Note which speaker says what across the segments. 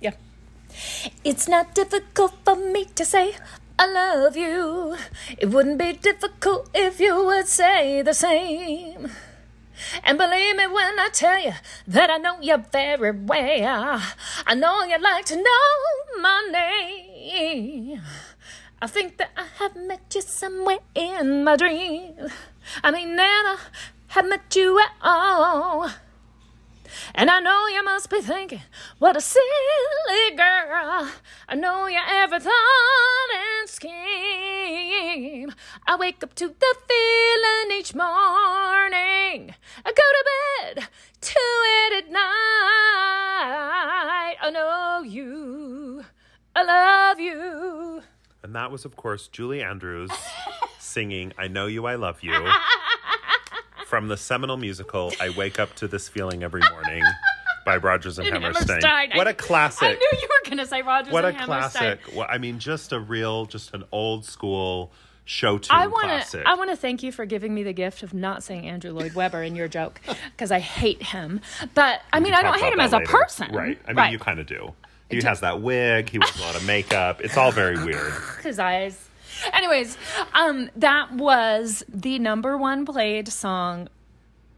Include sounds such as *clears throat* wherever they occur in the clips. Speaker 1: Yeah.
Speaker 2: It's not difficult for me to say I love you. It wouldn't be difficult if you would say the same. And believe me when I tell you that I know you very well. I know you'd like to know my name. I think that I have met you somewhere in my dream. I mean, never have met you at all. And I know you must be thinking, what a silly girl. I know your every thought and scheme. I wake up to the feeling each morning. I go to bed to it at night. I know you. I love you.
Speaker 3: And that was, of course, Julie
Speaker 1: *laughs*
Speaker 3: Andrews singing I Know You, I Love You from the seminal musical I Wake Up to This Feeling Every Morning by Rogers and, Hammerstein.
Speaker 1: Hammerstein. I-
Speaker 3: What a classic.
Speaker 1: I knew you were going to say Rogers
Speaker 3: what a
Speaker 1: and Hammerstein.
Speaker 3: classic. Well, I mean, just a real, just an old school show tune
Speaker 1: I want
Speaker 3: classic.
Speaker 1: to I want to thank you for giving me the gift of not saying Andrew Lloyd Webber in your joke *laughs* because I hate him. But I mean, I don't
Speaker 3: Talk
Speaker 1: hate
Speaker 3: about
Speaker 1: him as
Speaker 3: that
Speaker 1: a
Speaker 3: later.
Speaker 1: person.
Speaker 3: Right. I mean, you kind of do. He has that wig. He wears a lot of makeup. It's all very weird.
Speaker 1: his eyes. Anyways, um, that was the number one played song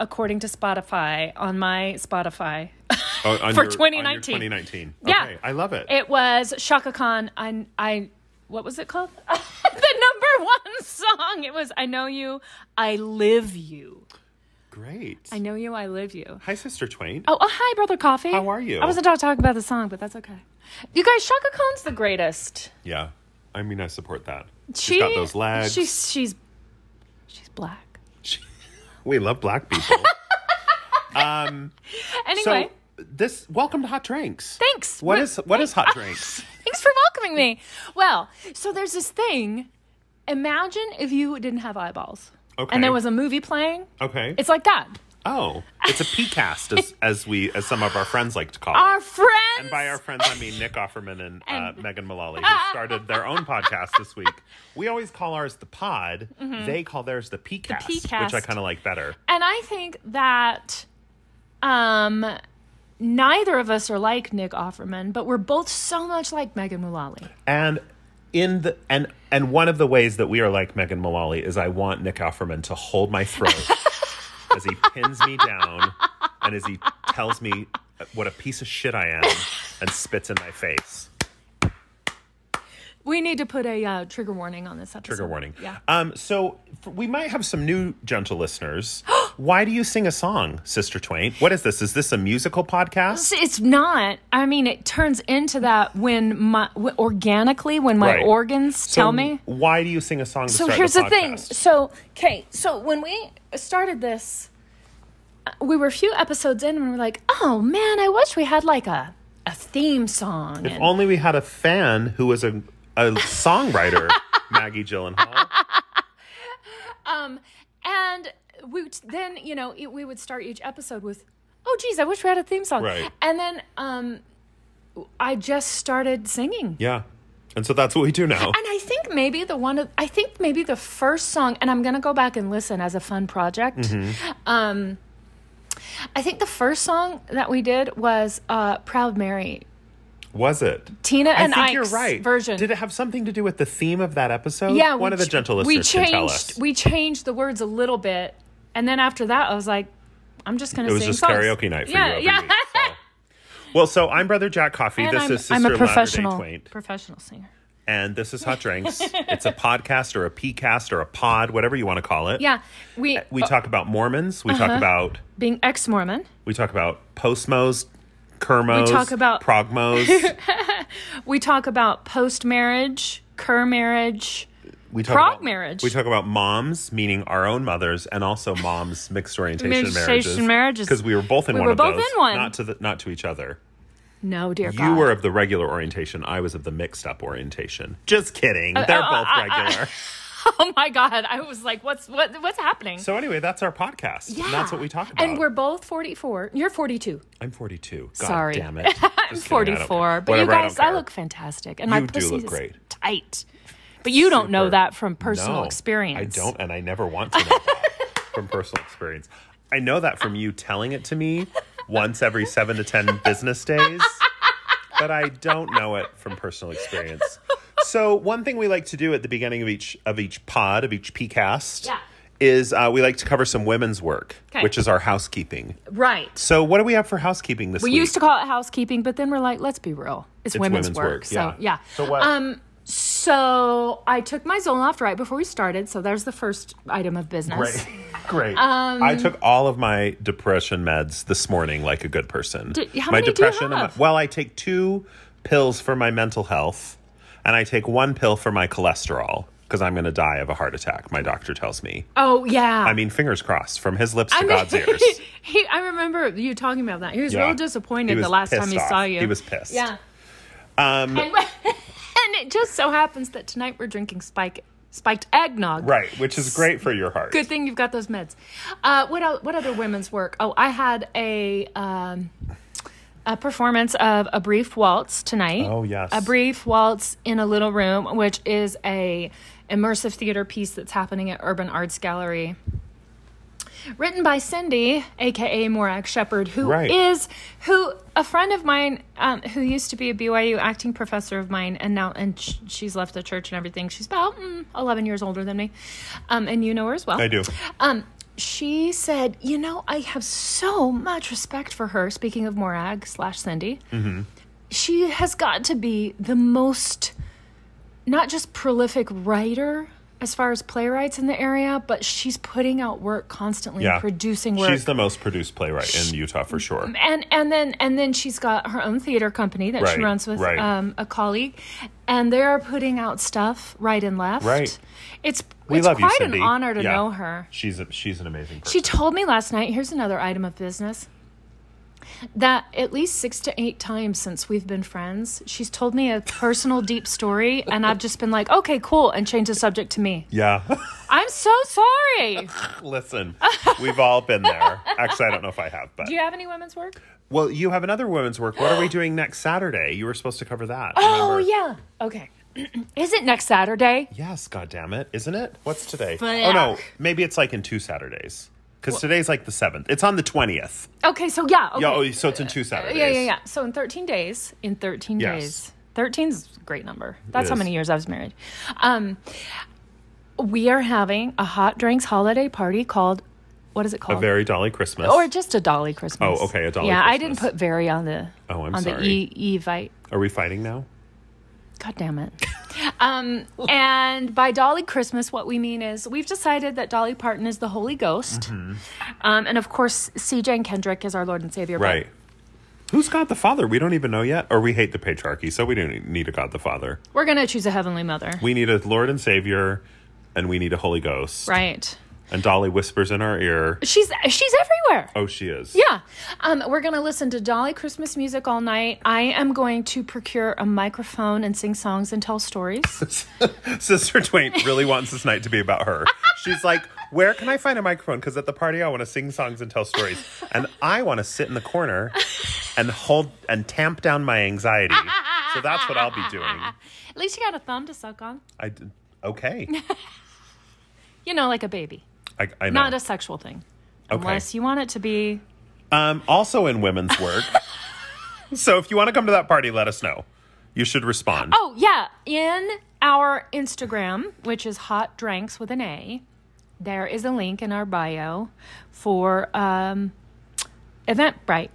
Speaker 1: according to Spotify on my Spotify.
Speaker 3: Oh, on
Speaker 1: *laughs* For
Speaker 3: your- on your
Speaker 1: 2019.
Speaker 3: 2019.
Speaker 1: Yeah.
Speaker 3: Okay, I love it.
Speaker 1: It was Shaka Khan. I, I what was it called? *laughs* the number one song. It was I know you, I live you.
Speaker 3: Great.
Speaker 1: I know you, I live you.
Speaker 3: Hi, Sister Twain.
Speaker 1: Oh, oh hi, brother Coffee.
Speaker 3: How are you?
Speaker 1: I wasn't about to talk about the song, but that's okay. You guys, Shaka Khan's the greatest.
Speaker 3: Yeah. I mean, I support that.
Speaker 1: she
Speaker 3: she's got those legs.
Speaker 1: She's she's she's black.
Speaker 3: we love black people.
Speaker 1: *laughs* Anyway.
Speaker 3: So this welcome to Hot Drinks.
Speaker 1: Thanks.
Speaker 3: What
Speaker 1: We're-
Speaker 3: is what
Speaker 1: *laughs*
Speaker 3: is Hot Drinks?
Speaker 1: Thanks for welcoming me. Well, so there's this thing. Imagine if you didn't have eyeballs.
Speaker 3: Okay.
Speaker 1: And there was a movie playing.
Speaker 3: Okay.
Speaker 1: It's like that.
Speaker 3: oh, it's a PCast
Speaker 1: *laughs*
Speaker 3: as as we as some of our friends like to call
Speaker 1: Our
Speaker 3: it.
Speaker 1: friends.
Speaker 3: And by our friends, I mean Nick Offerman and,
Speaker 1: And-
Speaker 3: uh, Megan Mullally,
Speaker 1: *laughs*
Speaker 3: who started their own podcast this week. We always call ours the Pod. They call theirs the PCast, which I
Speaker 1: Mm-hmm. PCast.
Speaker 3: kind of like better.
Speaker 1: and I think that um neither of us are like Nick Offerman, but we're both so much like Megan Mullally.
Speaker 3: And in the and and one of the ways that we are like Megan Mullally is I want Nick Offerman to hold
Speaker 1: *laughs*
Speaker 3: my throat as he pins me down and as he tells me what a piece of shit I am and spits in my face.
Speaker 1: We need to put a uh, trigger warning on this episode.
Speaker 3: Trigger warning.
Speaker 1: Yeah.
Speaker 3: Um, so f- we might have some new
Speaker 1: *gasps*
Speaker 3: gentle listeners. Why do you sing a song, Sister Twain? What is this? Is this a musical podcast?
Speaker 1: It's- It's not. I mean, it turns into that when my w- organically when my
Speaker 3: Right.
Speaker 1: organs tell
Speaker 3: So
Speaker 1: me.
Speaker 3: Why do you sing a song? To
Speaker 1: so
Speaker 3: start
Speaker 1: here's the, thing
Speaker 3: podcast?
Speaker 1: so okay so when we started this uh, we were a few episodes in and we were like oh man i wish we had like a, a theme song
Speaker 3: If
Speaker 1: and-
Speaker 3: only we had a fan who was a, a
Speaker 1: *laughs*
Speaker 3: songwriter, Maggie Gyllenhaal.
Speaker 1: and we t- then you know it, we would start each episode with oh geez i wish we had a theme song
Speaker 3: Right.
Speaker 1: and then um i just started singing
Speaker 3: Yeah. And so that's what we do now.
Speaker 1: And I think maybe the one of, I think maybe the first song, and I'm gonna go back and listen as a fun project.
Speaker 3: Mm-hmm.
Speaker 1: Um, I think the first song that we did was uh, "Proud Mary."
Speaker 3: Was it?
Speaker 1: Tina
Speaker 3: I
Speaker 1: and
Speaker 3: think you're
Speaker 1: Ike's
Speaker 3: right.
Speaker 1: version.
Speaker 3: Did it have something to do with the theme of that episode?
Speaker 1: Yeah,
Speaker 3: One
Speaker 1: we
Speaker 3: of the
Speaker 1: ch-
Speaker 3: gentle listeners
Speaker 1: We changed.
Speaker 3: can tell us.
Speaker 1: We changed the words a little bit, and then after that, I was like, "I'm just gonna."
Speaker 3: it was
Speaker 1: sing
Speaker 3: just
Speaker 1: songs.
Speaker 3: karaoke night for
Speaker 1: yeah,
Speaker 3: you every
Speaker 1: yeah.
Speaker 3: week.
Speaker 1: *laughs*
Speaker 3: so. Well, so I'm Brother Jack Coffee.
Speaker 1: And
Speaker 3: this
Speaker 1: I'm,
Speaker 3: is Sister
Speaker 1: I'm a
Speaker 3: Latter-day
Speaker 1: professional
Speaker 3: Twain.
Speaker 1: professional singer.
Speaker 3: And this is Hot
Speaker 1: *laughs*
Speaker 3: Drinks. it's a podcast or a PCast or a pod, whatever you want to call it.
Speaker 1: Yeah, Uh-huh. we
Speaker 3: Uh, We talk about Mormons. We talk about
Speaker 1: being ex Mormon.
Speaker 3: we talk about postmos, kermos,
Speaker 1: We talk about- *laughs*
Speaker 3: progmos.
Speaker 1: We talk about post marriage, cur marriage.
Speaker 3: We talk
Speaker 1: Prog
Speaker 3: about,
Speaker 1: marriage.
Speaker 3: We talk about moms, meaning our own mothers, and also moms mixed orientation
Speaker 1: Mixed
Speaker 3: marriages.
Speaker 1: marriages.
Speaker 3: Because we were both in
Speaker 1: We
Speaker 3: one
Speaker 1: were
Speaker 3: of
Speaker 1: both
Speaker 3: those,
Speaker 1: in one.
Speaker 3: not to the, not to each other.
Speaker 1: No, dear God.
Speaker 3: You were of the regular orientation. I was of the mixed up orientation. Just kidding. They're
Speaker 1: uh,
Speaker 3: both
Speaker 1: uh, uh,
Speaker 3: regular.
Speaker 1: *laughs* Oh my god! I was like, "What's what? What's happening?"
Speaker 3: *laughs* so uh, anyway, that's our podcast. And
Speaker 1: Yeah.
Speaker 3: that's what we talk about.
Speaker 1: And we're both forty-four. You're forty-two.
Speaker 3: I'm 42. God
Speaker 1: Sorry. *laughs*
Speaker 3: damn it. I'm
Speaker 1: Forty-four. But you guys, I, look fantastic, and my
Speaker 3: You do
Speaker 1: pussy
Speaker 3: look
Speaker 1: is
Speaker 3: great.
Speaker 1: tight. But you don't know
Speaker 3: Super.
Speaker 1: that from personal
Speaker 3: No,
Speaker 1: experience.
Speaker 3: I don't, and I never want to know that from personal experience. I know that from you telling it to me once every seven to ten business days. but I don't know it from personal experience. So one thing we like to do at the beginning of each of each pod of each PCast
Speaker 1: Yeah.
Speaker 3: is uh, we like to cover some women's work,
Speaker 1: 'Kay.
Speaker 3: which is our housekeeping.
Speaker 1: Right.
Speaker 3: So what do we have for housekeeping this
Speaker 1: We
Speaker 3: week?
Speaker 1: used to call it housekeeping, but then we're like, let's be real. It's, women's, work. So, yeah.
Speaker 3: So what?
Speaker 1: Um, so I took my Zoloft right before we started. So there's the first item of business.
Speaker 3: Great. *laughs* Great.
Speaker 1: Um,
Speaker 3: I took all of my depression meds this morning like a good person.
Speaker 1: Did- how
Speaker 3: my
Speaker 1: many do you
Speaker 3: depression and my-
Speaker 1: have?
Speaker 3: well, I take two pills for my mental health and I take one pill for my cholesterol because I'm going to die of a heart attack, my doctor tells me.
Speaker 1: Oh yeah.
Speaker 3: I mean, fingers crossed from his lips to
Speaker 1: I mean,
Speaker 3: God's ears.
Speaker 1: *laughs* he, I remember you talking about that. He was
Speaker 3: Yeah.
Speaker 1: real disappointed
Speaker 3: He was
Speaker 1: the last time
Speaker 3: pissed
Speaker 1: he
Speaker 3: off.
Speaker 1: saw you.
Speaker 3: He was pissed.
Speaker 1: Yeah. Um, and, *laughs* and it just so happens that tonight we're drinking spike, spiked eggnog.
Speaker 3: Right, which is great for your heart.
Speaker 1: Good thing you've got those meds. Uh, what el- what other women's work? Oh, I had a um, a performance of a brief waltz tonight.
Speaker 3: Oh, yes.
Speaker 1: a brief waltz in a little room, which is a immersive theater piece that's happening at Urban Arts Gallery. Written by Cindy, aka Morag Shepherd, who is
Speaker 3: Right.
Speaker 1: who a friend of mine um, who used to be a BYU acting professor of mine, and now and sh- she's left the church and everything. She's about mm, eleven years older than me, um, and you know her as well.
Speaker 3: I do.
Speaker 1: Um, she said, "You know, I have so much respect for her." Speaking of Morag slash Cindy,
Speaker 3: Mm-hmm.
Speaker 1: she has got to be the most not just prolific writer as far as playwrights in the area, but she's putting out work constantly,
Speaker 3: Yeah.
Speaker 1: and producing work.
Speaker 3: She's the most produced playwright in Utah for sure.
Speaker 1: and and then and then she's got her own theater company that she
Speaker 3: Right,
Speaker 1: runs with
Speaker 3: right.
Speaker 1: um, a colleague, and they are putting out stuff right and left.
Speaker 3: Right.
Speaker 1: It's
Speaker 3: We
Speaker 1: it's
Speaker 3: love you,
Speaker 1: quite
Speaker 3: Cindy.
Speaker 1: an honor to
Speaker 3: Yeah.
Speaker 1: know her.
Speaker 3: She's a, she's an amazing person.
Speaker 1: She told me last night, here's another item of business, that at least six to eight times since we've been friends, she's told me a personal deep story, and I've just been like, okay, cool, and changed the subject to me.
Speaker 3: yeah. *laughs*
Speaker 1: I'm so sorry.
Speaker 3: Listen, we've all been there. Actually, I don't know if I have, but
Speaker 1: Do you have any women's work?
Speaker 3: well, you have another women's work. What are we doing next Saturday? You were supposed to cover that.
Speaker 1: Oh,
Speaker 3: remember?
Speaker 1: yeah. Okay. *clears throat* Is it next Saturday?
Speaker 3: Yes, God damn it, isn't it? What's today? Oh no, maybe it's like in two Saturdays because today's like the seventh. It's on the twentieth.
Speaker 1: Okay, so yeah. Okay.
Speaker 3: Yeah, oh, so it's in two Saturdays.
Speaker 1: yeah, yeah, yeah. So in 13 days, in 13
Speaker 3: Yes.
Speaker 1: days, 13's a great number. That's how
Speaker 3: is.
Speaker 1: many years I was married. Um, we are having a hot drinks holiday party called, what is it
Speaker 3: A
Speaker 1: called?
Speaker 3: very Dolly Christmas.
Speaker 1: or just a Dolly Christmas.
Speaker 3: Oh, okay, a Dolly
Speaker 1: Yeah, I didn't
Speaker 3: Christmas.
Speaker 1: put very on the
Speaker 3: Oh, I'm
Speaker 1: on
Speaker 3: sorry.
Speaker 1: the e evite.
Speaker 3: are we fighting now?
Speaker 1: God damn it. um, and by Dolly Christmas, what we mean is we've decided that Dolly Parton is the Holy Ghost,
Speaker 3: Mm-hmm.
Speaker 1: um, and of course C.J. and Kendrick is our Lord and Savior. but
Speaker 3: Right. Who's God the Father? We don't even know yet, or we hate the patriarchy, so we don't e-, need a God the Father.
Speaker 1: We're gonna choose a Heavenly Mother.
Speaker 3: We need a Lord and Savior, and we need a Holy Ghost.
Speaker 1: right.
Speaker 3: And Dolly whispers in our ear.
Speaker 1: She's she's everywhere.
Speaker 3: Oh, she is.
Speaker 1: Yeah. Um, we're going to listen to Dolly Christmas music all night. I am going to procure a microphone and sing songs and tell stories.
Speaker 3: Sister Twain really wants this night to be about her. She's like, where can I find a microphone? Because at the party, I want to sing songs and tell stories, and I want to sit in the corner and hold and tamp down my anxiety. So that's what I'll be doing.
Speaker 1: At least you got a thumb to suck on.
Speaker 3: I d- okay.
Speaker 1: You know, like a baby.
Speaker 3: I, I know.
Speaker 1: Not a sexual thing. Unless you want it to be.
Speaker 3: Um, also in women's work. so if you want to come to that party, let us know. You should respond.
Speaker 1: Oh, yeah. In our Instagram, which is Hot Drinks with an A, there is a link in our bio for um, Eventbrite.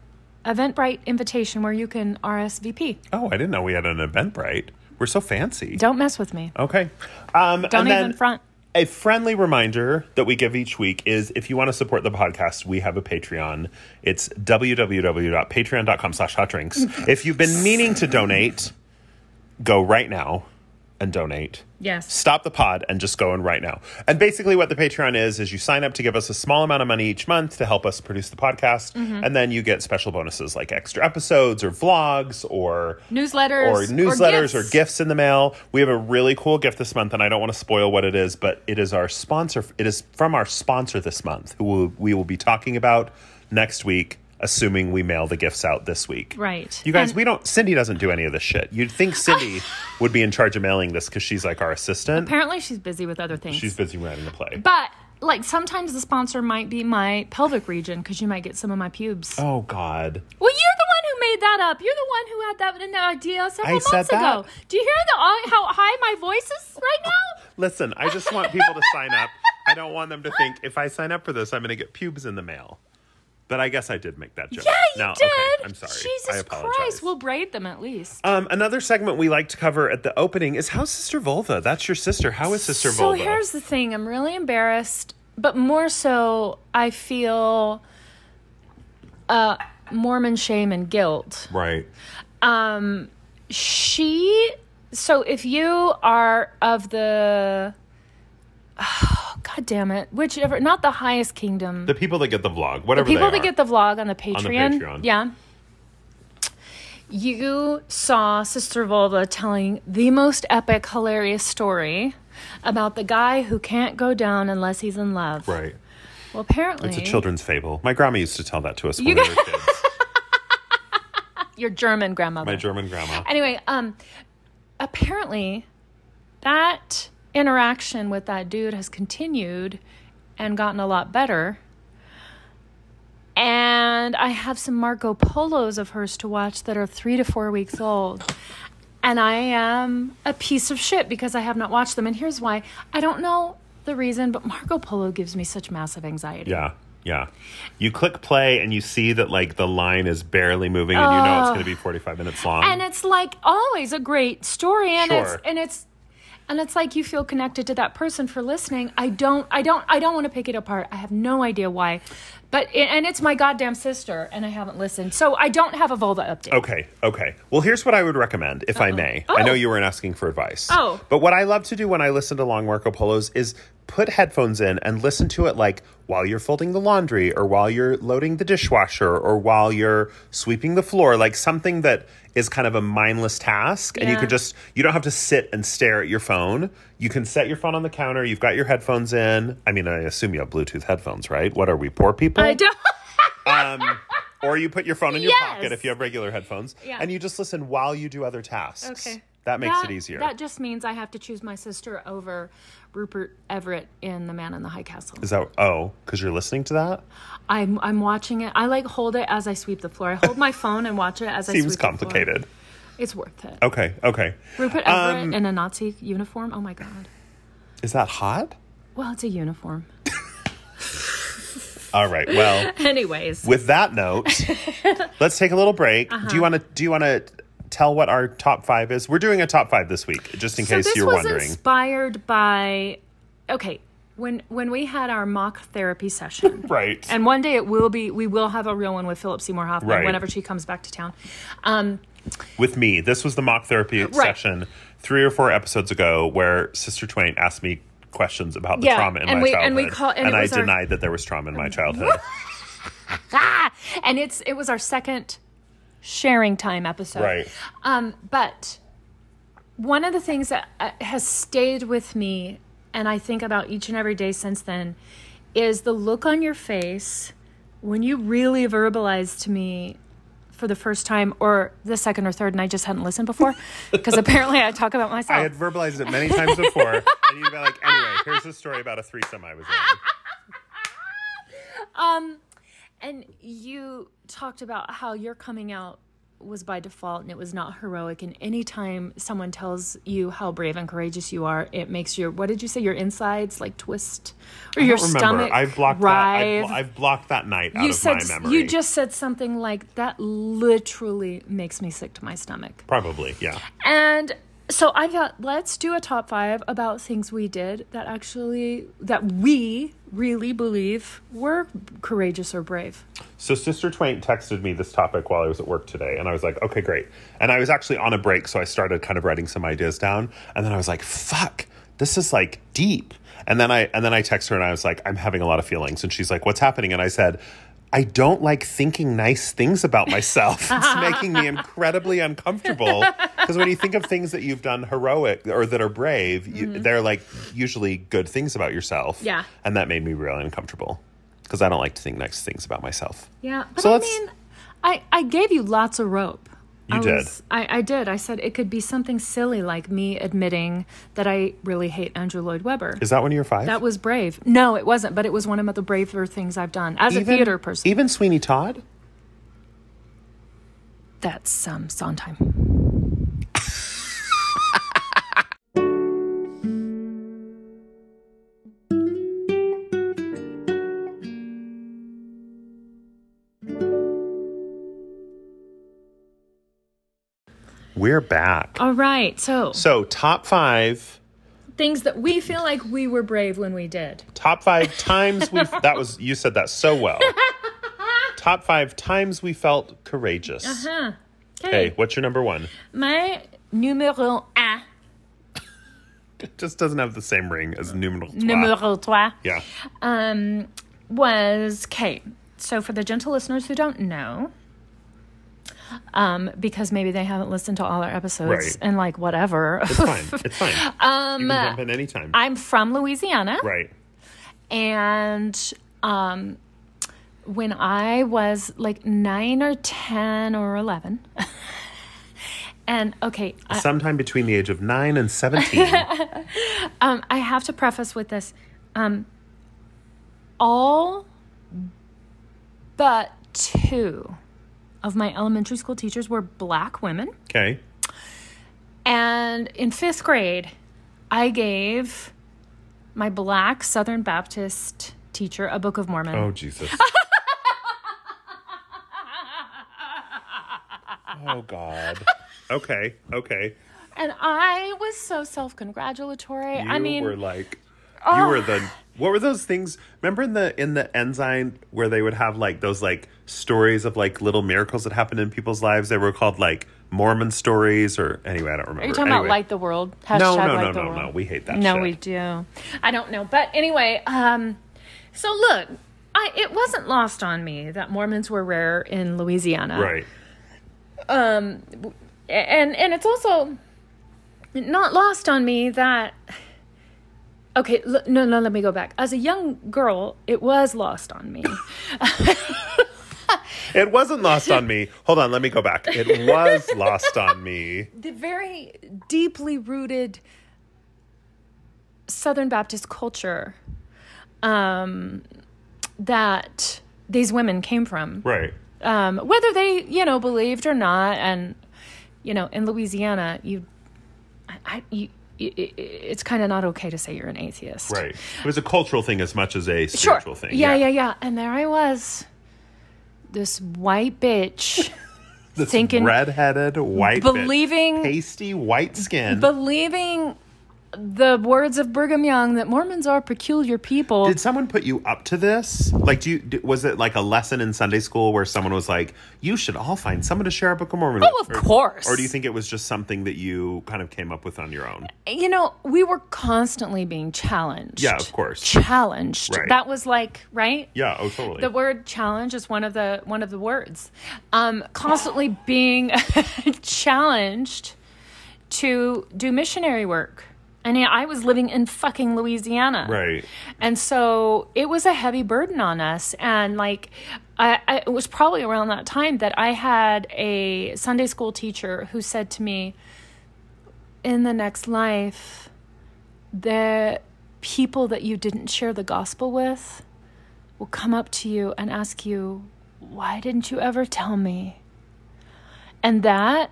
Speaker 1: Eventbrite invitation where you can RSVP.
Speaker 3: Oh, I didn't know we had an Eventbrite. We're so fancy.
Speaker 1: Don't mess with me.
Speaker 3: Okay. Um,
Speaker 1: Don't
Speaker 3: and
Speaker 1: even
Speaker 3: then
Speaker 1: front.
Speaker 3: A friendly reminder that we give each week is if you want to support the podcast, we have a Patreon. It's www.patreon.com slash hot drinks. if you've been meaning to donate, go right now and donate.
Speaker 1: Yes.
Speaker 3: Stop the pod and just go in right now. And basically, what the Patreon is, is you sign up to give us a small amount of money each month to help us produce the podcast.
Speaker 1: Mm-hmm.
Speaker 3: And then you get special bonuses like extra episodes or vlogs or
Speaker 1: newsletters
Speaker 3: or newsletters or
Speaker 1: gifts.
Speaker 3: gifts. in the mail. We have a really cool gift this month, and I don't want to spoil what it is, but it is our sponsor. It is from our sponsor this month, who we'll, we will be talking about next week, assuming we mail the gifts out this week.
Speaker 1: Right.
Speaker 3: You guys,
Speaker 1: And-
Speaker 3: we don't. Cindy doesn't do any of this shit.
Speaker 1: *laughs*
Speaker 3: You'd think Cindy would be in charge of mailing this because she's like our assistant.
Speaker 1: Apparently, she's busy with other things.
Speaker 3: She's busy writing the play.
Speaker 1: but like sometimes the sponsor might be my pelvic region because you might get some of my pubes.
Speaker 3: oh God.
Speaker 1: Well, you're the one who made that up. You're the one who had that in the idea several
Speaker 3: I
Speaker 1: months
Speaker 3: said
Speaker 1: ago.
Speaker 3: that.
Speaker 1: Do you hear the uh, how high my voice is right
Speaker 3: Oh.
Speaker 1: now?
Speaker 3: Listen, I just want people to sign up. I don't want them to think if I sign up for this, I'm going to get pubes in the mail. But I guess I did make that joke.
Speaker 1: Yeah, you
Speaker 3: No,
Speaker 1: did.
Speaker 3: Okay, I'm sorry. I
Speaker 1: Jesus
Speaker 3: apologize.
Speaker 1: Christ, we'll braid them at least.
Speaker 3: um, another segment we like to cover at the opening is how's Sister Volva? That's your sister. How is Sister
Speaker 1: so
Speaker 3: Volva?
Speaker 1: here's the thing: I'm really embarrassed, but more so, I feel uh, Mormon shame and guilt.
Speaker 3: right.
Speaker 1: um she so if you are of the *sighs* oh, god damn it whichever not the highest kingdom
Speaker 3: The people that get the vlog, whatever
Speaker 1: people
Speaker 3: they
Speaker 1: that
Speaker 3: are.
Speaker 1: get the vlog on the patreon,
Speaker 3: Patreon.
Speaker 1: yeah you saw sister volva telling the most epic hilarious story about the guy who can't go down unless he's in love
Speaker 3: right.
Speaker 1: well apparently
Speaker 3: It's a children's fable. My grandma used to tell that to us when
Speaker 1: You
Speaker 3: we were *laughs* kids.
Speaker 1: your german grandmother
Speaker 3: My German grandma.
Speaker 1: anyway, um, apparently that interaction with that dude has continued and gotten a lot better. And I have some Marco Polos of hers to watch that are three to four weeks old. And I am a piece of shit because I have not watched them. And here's why I don't know the reason, but Marco Polo gives me such massive anxiety.
Speaker 3: Yeah. Yeah. You click play and you see that like the line is barely moving and you know it's going to be 45 minutes long.
Speaker 1: and it's like always a great story and it's
Speaker 3: Sure.
Speaker 1: and it's and it's like you feel connected to that person for listening i don't i don't i don't want to pick it apart i have no idea why but and it's my goddamn sister and i haven't listened so i don't have a vulva update
Speaker 3: Okay, okay. Well, here's what I would recommend, if I may. I know you weren't asking for advice.
Speaker 1: Oh.
Speaker 3: But what I love to do when I listen to long Marco Polos is put headphones in and listen to it like while you're folding the laundry or while you're loading the dishwasher or while you're sweeping the floor, like something that is kind of a mindless task. And you
Speaker 1: Yeah.
Speaker 3: could just, you don't have to sit and stare at your phone. You can set your phone on the counter. You've got your headphones in. I mean, I assume you have Bluetooth headphones, right? What are we, poor people?
Speaker 1: i don't
Speaker 3: um, or you put your phone in your
Speaker 1: Yes.
Speaker 3: pocket if you have regular headphones,
Speaker 1: Yeah.
Speaker 3: and you just listen while you do other tasks.
Speaker 1: Okay.
Speaker 3: That makes
Speaker 1: *laughs* That-
Speaker 3: it easier.
Speaker 1: that just means i have to choose my sister over rupert everett in the man in the high castle
Speaker 3: Is that oh? Because you're listening to that
Speaker 1: i'm i'm watching it i like hold it as i sweep the floor i hold my phone and watch it as i sweep
Speaker 3: seems
Speaker 1: the floor.
Speaker 3: complicated. Oh, um,
Speaker 1: it's worth it
Speaker 3: Okay, okay.
Speaker 1: rupert everett in a nazi uniform oh my god
Speaker 3: Is that hot?
Speaker 1: Well, it's a uniform.
Speaker 3: All right. Well,
Speaker 1: *laughs* Anyways,
Speaker 3: with
Speaker 1: *laughs*
Speaker 3: that note, let's take a little break. Do
Speaker 1: Uh-huh.
Speaker 3: you want to? Do you want to tell what our top five is? We're doing a top five this week, just in
Speaker 1: so
Speaker 3: case
Speaker 1: this
Speaker 3: you're
Speaker 1: was
Speaker 3: wondering.
Speaker 1: inspired by. Okay, when when we had our mock therapy session,
Speaker 3: *laughs* right.
Speaker 1: and one day it will be we will have a real one with Philip Seymour Hoffman
Speaker 3: Right.
Speaker 1: whenever she comes back to town. Um,
Speaker 3: with me. This was the mock therapy session three or four episodes ago where Sister Twain asked me questions about the
Speaker 1: Yeah,
Speaker 3: trauma in
Speaker 1: and
Speaker 3: my
Speaker 1: we-
Speaker 3: childhood.
Speaker 1: and we call- and it
Speaker 3: I
Speaker 1: was our-
Speaker 3: denied that there was
Speaker 1: *laughs*
Speaker 3: trauma in my childhood.
Speaker 1: ah, and it's it was our second sharing time episode,
Speaker 3: right.
Speaker 1: Um, but one of the things that uh, has stayed with me, and I think about each and every day since then, is the look on your face when you really verbalize to me for the first time or the second or third, and I just hadn't listened before
Speaker 3: *laughs*
Speaker 1: because apparently I talk about myself.
Speaker 3: I had verbalized it many times before. and you'd be like, anyway, here's a story about a threesome I was in.
Speaker 1: And you talked about how your coming out was by default and it was not heroic. And anytime someone tells you how brave and courageous you are, it makes your, what did you say, your insides like twist or your
Speaker 3: I
Speaker 1: *gasps*
Speaker 3: don't
Speaker 1: stomach
Speaker 3: remember. I've blocked
Speaker 1: writhe.
Speaker 3: that. I've, blo- I've blocked that night out
Speaker 1: you
Speaker 3: of
Speaker 1: said
Speaker 3: my memory.
Speaker 1: you just said something like that literally makes me sick to my stomach.
Speaker 3: probably, yeah.
Speaker 1: And so I thought let's do a top 5 about things we did that actually that we really believe were courageous or brave.
Speaker 3: So Sister Twain texted me this topic while I was at work today, and I was like, okay, great. And I was actually on a break, so I started kind of writing some ideas down, and then I was like, fuck, this is like deep. And then I and then I text her and I was like, I'm having a lot of feelings, and she's like, what's happening? And I said. I don't like thinking nice things about myself. It's making me incredibly uncomfortable because when you think of things that you've done heroic or that are brave, you, they're like usually good things about yourself.
Speaker 1: Yeah.
Speaker 3: And that made me really uncomfortable because I don't like to think nice things about myself.
Speaker 1: Yeah, but
Speaker 3: So
Speaker 1: I
Speaker 3: let's-
Speaker 1: mean, I, I gave you lots of rope.
Speaker 3: You
Speaker 1: I
Speaker 3: did.
Speaker 1: I, I did. I said it could be something silly like me admitting that I really hate Andrew Lloyd Webber.
Speaker 3: Is that one of your five?
Speaker 1: that was brave. No, it wasn't, but it was one of the
Speaker 3: e-,
Speaker 1: braver things I've done as a theater person.
Speaker 3: Even Sweeney Todd?
Speaker 1: That's um, Sondheim.
Speaker 3: We're back.
Speaker 1: All right. So,
Speaker 3: So, top five,
Speaker 2: Things that we feel like we were brave when we did.
Speaker 3: top five
Speaker 1: *laughs*
Speaker 3: times we that was you said that so well. top five times we felt courageous.
Speaker 1: Uh-huh.
Speaker 2: Huh.
Speaker 3: Hey, what's your number one?
Speaker 1: my numero un,
Speaker 3: It just doesn't have the same ring as numeral. trois.
Speaker 1: numero trois,
Speaker 3: Yeah.
Speaker 1: um, was Kate. So, for the gentle listeners who don't know, um, because maybe they haven't listened to all our episodes
Speaker 3: Right.
Speaker 1: and like whatever. *laughs*
Speaker 3: It's fine. It's fine. Um, you can jump in anytime.
Speaker 1: I'm from Louisiana.
Speaker 3: right.
Speaker 1: and um, when I was like nine or ten or eleven, *laughs* and okay, I,
Speaker 3: Sometime between the age of nine and
Speaker 1: *laughs*
Speaker 3: 17.
Speaker 1: um, I have to preface with this: um, all but two of my elementary school teachers were black women,
Speaker 3: okay.
Speaker 1: and in fifth grade, I gave my black Southern Baptist teacher a Book of Mormon. *laughs*
Speaker 3: Oh, Jesus. oh, God. Okay. Okay.
Speaker 1: And I was so self congratulatory.
Speaker 3: You
Speaker 1: I mean, oh.
Speaker 3: were like, you were the. What were those things? Remember in the in the enzyme where they would have like those like stories of like little miracles that happened in people's lives? They were called like Mormon stories or anyway, I don't remember.
Speaker 1: are you talking about
Speaker 3: Anyway.
Speaker 1: light the world? Hashtag
Speaker 3: No, no,
Speaker 1: light
Speaker 3: no,
Speaker 1: the
Speaker 3: no,
Speaker 1: world.
Speaker 3: no. We hate that.
Speaker 1: no,
Speaker 3: shit.
Speaker 1: we do. I don't know. But anyway, um, so look, I, it wasn't lost on me that Mormons were rare in Louisiana.
Speaker 3: Right.
Speaker 1: Um, w- and, and it's also not lost on me that. Okay, l- no, no, let me go back. As a young girl, it was lost on
Speaker 3: *laughs*
Speaker 1: me.
Speaker 3: It wasn't lost on me. Hold on, let me go back.
Speaker 1: *laughs*
Speaker 3: It was lost on me.
Speaker 1: the very deeply rooted Southern Baptist culture um, that these women came from,
Speaker 3: Right.
Speaker 1: um, whether they you know believed or not, and you know in Louisiana you, I, I you. i- i- It's kind of not okay to say you're an atheist,
Speaker 3: Right. It was a cultural thing as much as a
Speaker 1: Sure.
Speaker 3: spiritual thing.
Speaker 1: Yeah, yeah, yeah, And there I was, this white bitch,
Speaker 3: *laughs* This
Speaker 1: Thinking-
Speaker 3: redheaded white bitch.
Speaker 1: believing
Speaker 3: pasty white skin.
Speaker 1: believing the words of Brigham Young that Mormons are peculiar people.
Speaker 3: did someone put you up to this? Like, do you d- was it like a lesson in Sunday school where someone was like, "You should all find someone to share a Book of Mormon"?
Speaker 1: Oh, of
Speaker 3: with?" Or-
Speaker 1: course.
Speaker 3: Or do you think it was just something that you kind of came up with on your own?
Speaker 1: you know, we were constantly being challenged.
Speaker 3: Yeah, of course.
Speaker 1: Challenged.
Speaker 3: Right.
Speaker 1: That was like, right?
Speaker 3: Yeah. Oh, totally.
Speaker 1: The word challenge is one of the one of the words. Um, constantly being *laughs* challenged to do missionary work. And yeah, I was living in fucking Louisiana.
Speaker 3: right.
Speaker 1: And so it was a heavy burden on us. And like, I, I, it was probably around that time that I had a Sunday school teacher who said to me, in the next life, the people that you didn't share the gospel with will come up to you and ask you, Why didn't you ever tell me? And that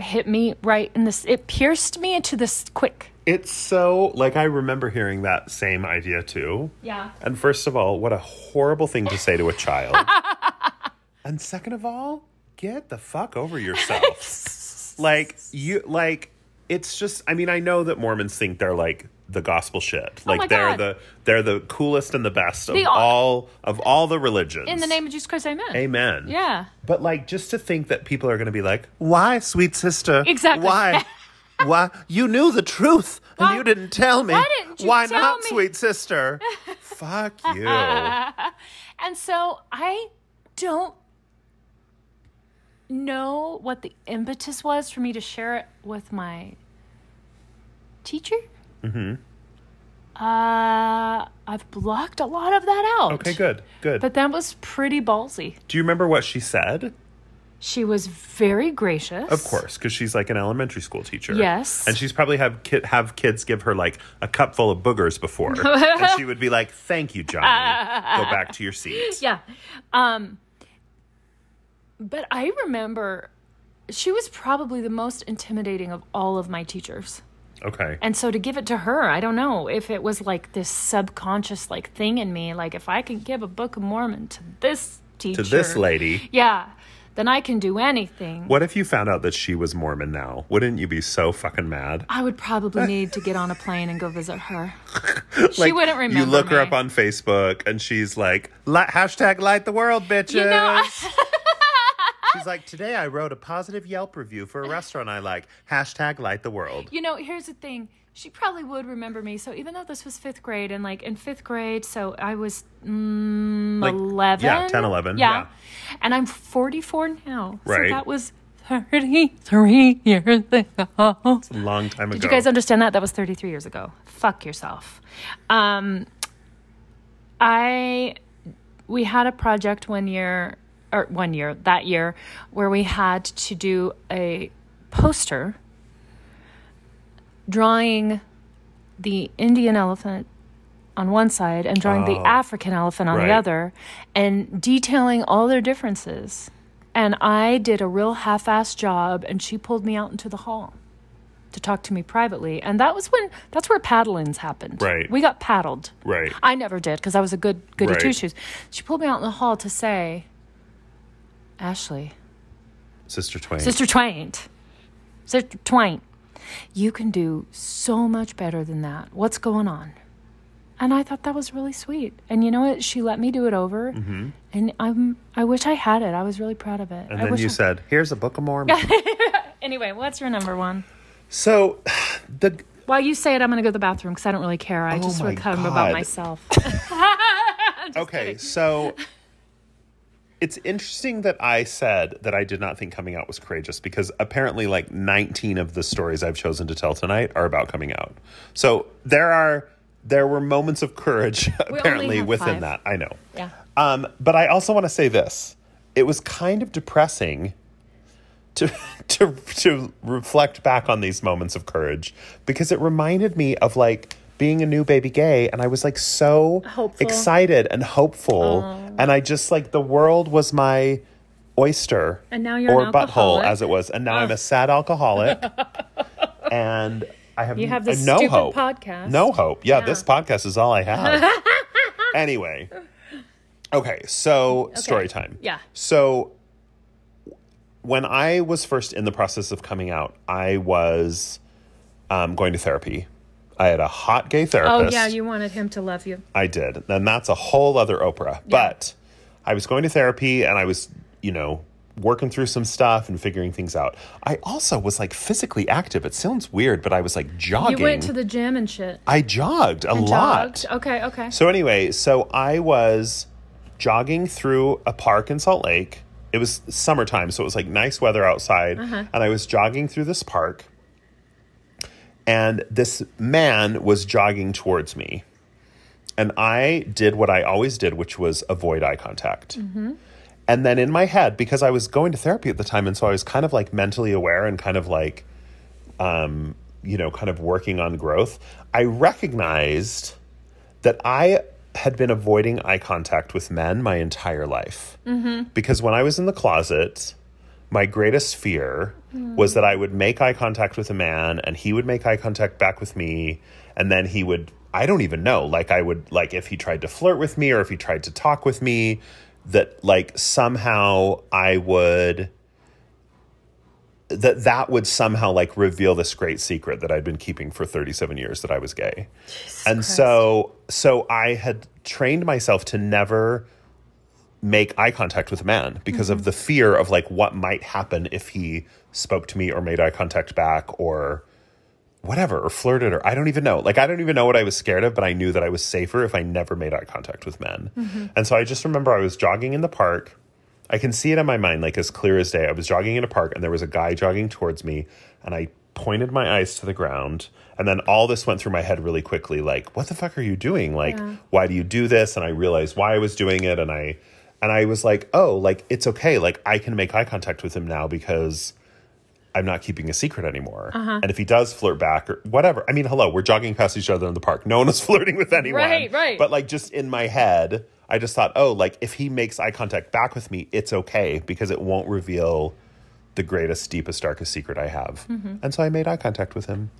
Speaker 1: hit me right in this, it pierced me into this quick.
Speaker 3: It's so like I remember hearing that same idea too.
Speaker 1: Yeah.
Speaker 3: And first of all, what a horrible thing to say to
Speaker 1: *laughs*
Speaker 3: a child. and second of all, get the fuck over yourself.
Speaker 1: *laughs*
Speaker 3: like you like it's just I mean, I know that Mormons think they're like the gospel shit.
Speaker 1: Oh
Speaker 3: Like
Speaker 1: my
Speaker 3: they're
Speaker 1: God.
Speaker 3: the they're the coolest and the best of
Speaker 1: They are.
Speaker 3: all of all the religions.
Speaker 1: In the name of Jesus Christ, amen.
Speaker 3: Amen.
Speaker 1: Yeah.
Speaker 3: But like just to think that people are going to be like, "Why, sweet sister?
Speaker 1: Exactly. *laughs*
Speaker 3: Why? why you knew the truth and
Speaker 1: Why-
Speaker 3: you didn't tell me?
Speaker 1: why didn't you
Speaker 3: Why
Speaker 1: tell
Speaker 3: not,
Speaker 1: me?"
Speaker 3: sweet sister?
Speaker 1: *laughs*
Speaker 3: Fuck you. I
Speaker 1: And so I don't know what the impetus was for me to share it with my teacher. Mm-hmm. Uh, I've blocked a lot of that out.
Speaker 3: Okay, good. Good.
Speaker 1: But that was pretty ballsy.
Speaker 3: Do you remember what she said?
Speaker 1: She was very gracious.
Speaker 3: Of course, because she's like an elementary school teacher.
Speaker 1: Yes.
Speaker 3: and she's probably have ki- have kids give her like a cup full of
Speaker 1: *laughs*
Speaker 3: boogers before, and she would be
Speaker 1: *laughs*
Speaker 3: like, "Thank you, Johnny. Go back to your seat."
Speaker 1: Yeah. Um, But I remember she was probably the most intimidating of all of my teachers.
Speaker 3: Okay.
Speaker 1: And so to give it to her, I don't know if it was like this subconscious like thing in me, like if I can give a Book of Mormon to this
Speaker 3: to
Speaker 1: teacher,
Speaker 3: this lady,
Speaker 1: yeah, then I can do anything.
Speaker 3: what if you found out that she was Mormon now? Wouldn't you be so fucking mad?
Speaker 1: I would
Speaker 3: *laughs*
Speaker 1: probably need to get on a plane and go visit her. she
Speaker 3: Like,
Speaker 1: wouldn't remember.
Speaker 3: You look her
Speaker 1: me.
Speaker 3: up on Facebook, and she's like, "Li- hashtag light the world, bitches.
Speaker 1: You know,
Speaker 3: *laughs* she's like, today I wrote a positive Yelp review for a restaurant I like. Hashtag light the world.
Speaker 1: you know, here's the thing. She probably would remember me. So even though this was fifth grade and like in fifth grade, so I was mm,
Speaker 3: Like,
Speaker 1: 11.
Speaker 3: yeah, 10, 11,
Speaker 1: Yeah. And I'm 44 now. So
Speaker 3: Right.
Speaker 1: that was 33 years ago.
Speaker 3: Long time
Speaker 1: Did
Speaker 3: ago.
Speaker 1: you guys understand that? That was 33 years ago. Fuck yourself. Um, I we had a project one year or one year that year where we had to do a poster drawing the Indian elephant on one side and drawing the
Speaker 3: Oh.
Speaker 1: African elephant on
Speaker 3: Right.
Speaker 1: the other and detailing all their differences. And I did a real half assed job, and she pulled me out into the hall to talk to me privately. And that was when that's where paddlings happened.
Speaker 3: Right.
Speaker 1: We got paddled.
Speaker 3: Right.
Speaker 1: I never did because I was a good goody
Speaker 3: Right.
Speaker 1: two shoes. She pulled me out in the hall to say, Ashley,
Speaker 3: Sister Twain.
Speaker 1: Sister Twain, Sister Twain, you can do so much better than that. What's going on? And I thought that was really sweet. And you know what? She let me do it over, and I'm. I wish I had it. I was really proud of it.
Speaker 3: Mm-hmm. and
Speaker 1: I
Speaker 3: then
Speaker 1: wish
Speaker 3: you
Speaker 1: I-
Speaker 3: said, here's a Book
Speaker 1: *laughs*
Speaker 3: of Mormon.
Speaker 1: anyway, what's your number one?
Speaker 3: so, the
Speaker 1: While you say it, I'm going to go to the bathroom because I don't really care. I just
Speaker 3: Oh my
Speaker 1: want to come
Speaker 3: God.
Speaker 1: about
Speaker 3: *laughs*
Speaker 1: myself.
Speaker 3: okay, so *laughs* it's interesting that I said that I did not think coming out was courageous because apparently, like 19 of the stories I've chosen to tell tonight are about coming out. So there are there were moments of courage *laughs*
Speaker 1: only
Speaker 3: apparently
Speaker 1: have
Speaker 3: within
Speaker 1: five.
Speaker 3: that. I know.
Speaker 1: Yeah.
Speaker 3: Um, but I also want to say this: it was kind of depressing to *laughs* to to reflect back on these moments of courage because it reminded me of like being a new baby gay and I was like so
Speaker 1: Hopeful.
Speaker 3: excited and hopeful and I just like the world was my oyster
Speaker 1: And now you're
Speaker 3: or
Speaker 1: an
Speaker 3: butthole
Speaker 1: alcoholic.
Speaker 3: as it was and now I'm a sad
Speaker 1: *laughs*
Speaker 3: alcoholic and I have
Speaker 1: You have
Speaker 3: n-
Speaker 1: this
Speaker 3: no
Speaker 1: stupid
Speaker 3: hope
Speaker 1: podcast.
Speaker 3: no hope yeah, this podcast is all
Speaker 1: *laughs*
Speaker 3: I have anyway okay so story time
Speaker 1: Yeah.
Speaker 3: so when I was first in the process of coming out, I was um, going to therapy. I had a hot gay
Speaker 1: Oh
Speaker 3: therapist.
Speaker 1: yeah, you wanted him to love you.
Speaker 3: I did. And that's a whole other Oprah. But I was going to therapy and I was, you know, working through some stuff and figuring things out. I also was like physically active. It sounds weird, but I was like jogging.
Speaker 1: You went to the gym and shit.
Speaker 3: I jogged a
Speaker 1: And
Speaker 3: lot.
Speaker 1: jogged. Okay, okay.
Speaker 3: So anyway, so I was jogging through a park in Salt Lake. It was summertime, so it was like nice weather outside, and I was jogging through this park. And this man was jogging towards me. And I did what I always did, which was avoid eye contact. And then in my head, because I was going to therapy at the time, and so I was kind of like mentally aware and kind of like, um, you know, kind of working on growth, I recognized that I had been avoiding eye contact with men my entire life. Because when I was in the closet, my greatest fear was that I would make eye contact with a man and he would make eye contact back with me. And then he would, I don't even know, like I would, like if he tried to flirt with me or if he tried to talk with me, that like somehow I would. That that would somehow like reveal this great secret that I'd been keeping for 37 years that I was gay and so so i had trained myself to never make eye contact with a man because of the fear of like what might happen if he spoke to me or made eye contact back or whatever or flirted or i don't even know like i don't even know what i was scared of but i knew that i was safer if i never made eye contact with men and so i just remember i was jogging in the park i can see it in my mind like as clear as day i was jogging in a park and there was a guy jogging towards me and i pointed my eyes to the ground and then all this went through my head really quickly like what the fuck are you doing like why do you do this and i realized why i was doing it and i and i was like oh like it's okay like i can make eye contact with him now because I'm not keeping a secret anymore.
Speaker 1: Uh-huh.
Speaker 3: And if he does flirt back or whatever, *laughs* I mean, hello, we're jogging past each other in the park. No one was flirting with anyone.
Speaker 1: Right, right.
Speaker 3: But like just in my head, I just thought, oh, like if he makes eye contact back with me, it's okay because it won't reveal the greatest, deepest, darkest secret I have.
Speaker 1: Mm-hmm.
Speaker 3: And so I made eye contact with him.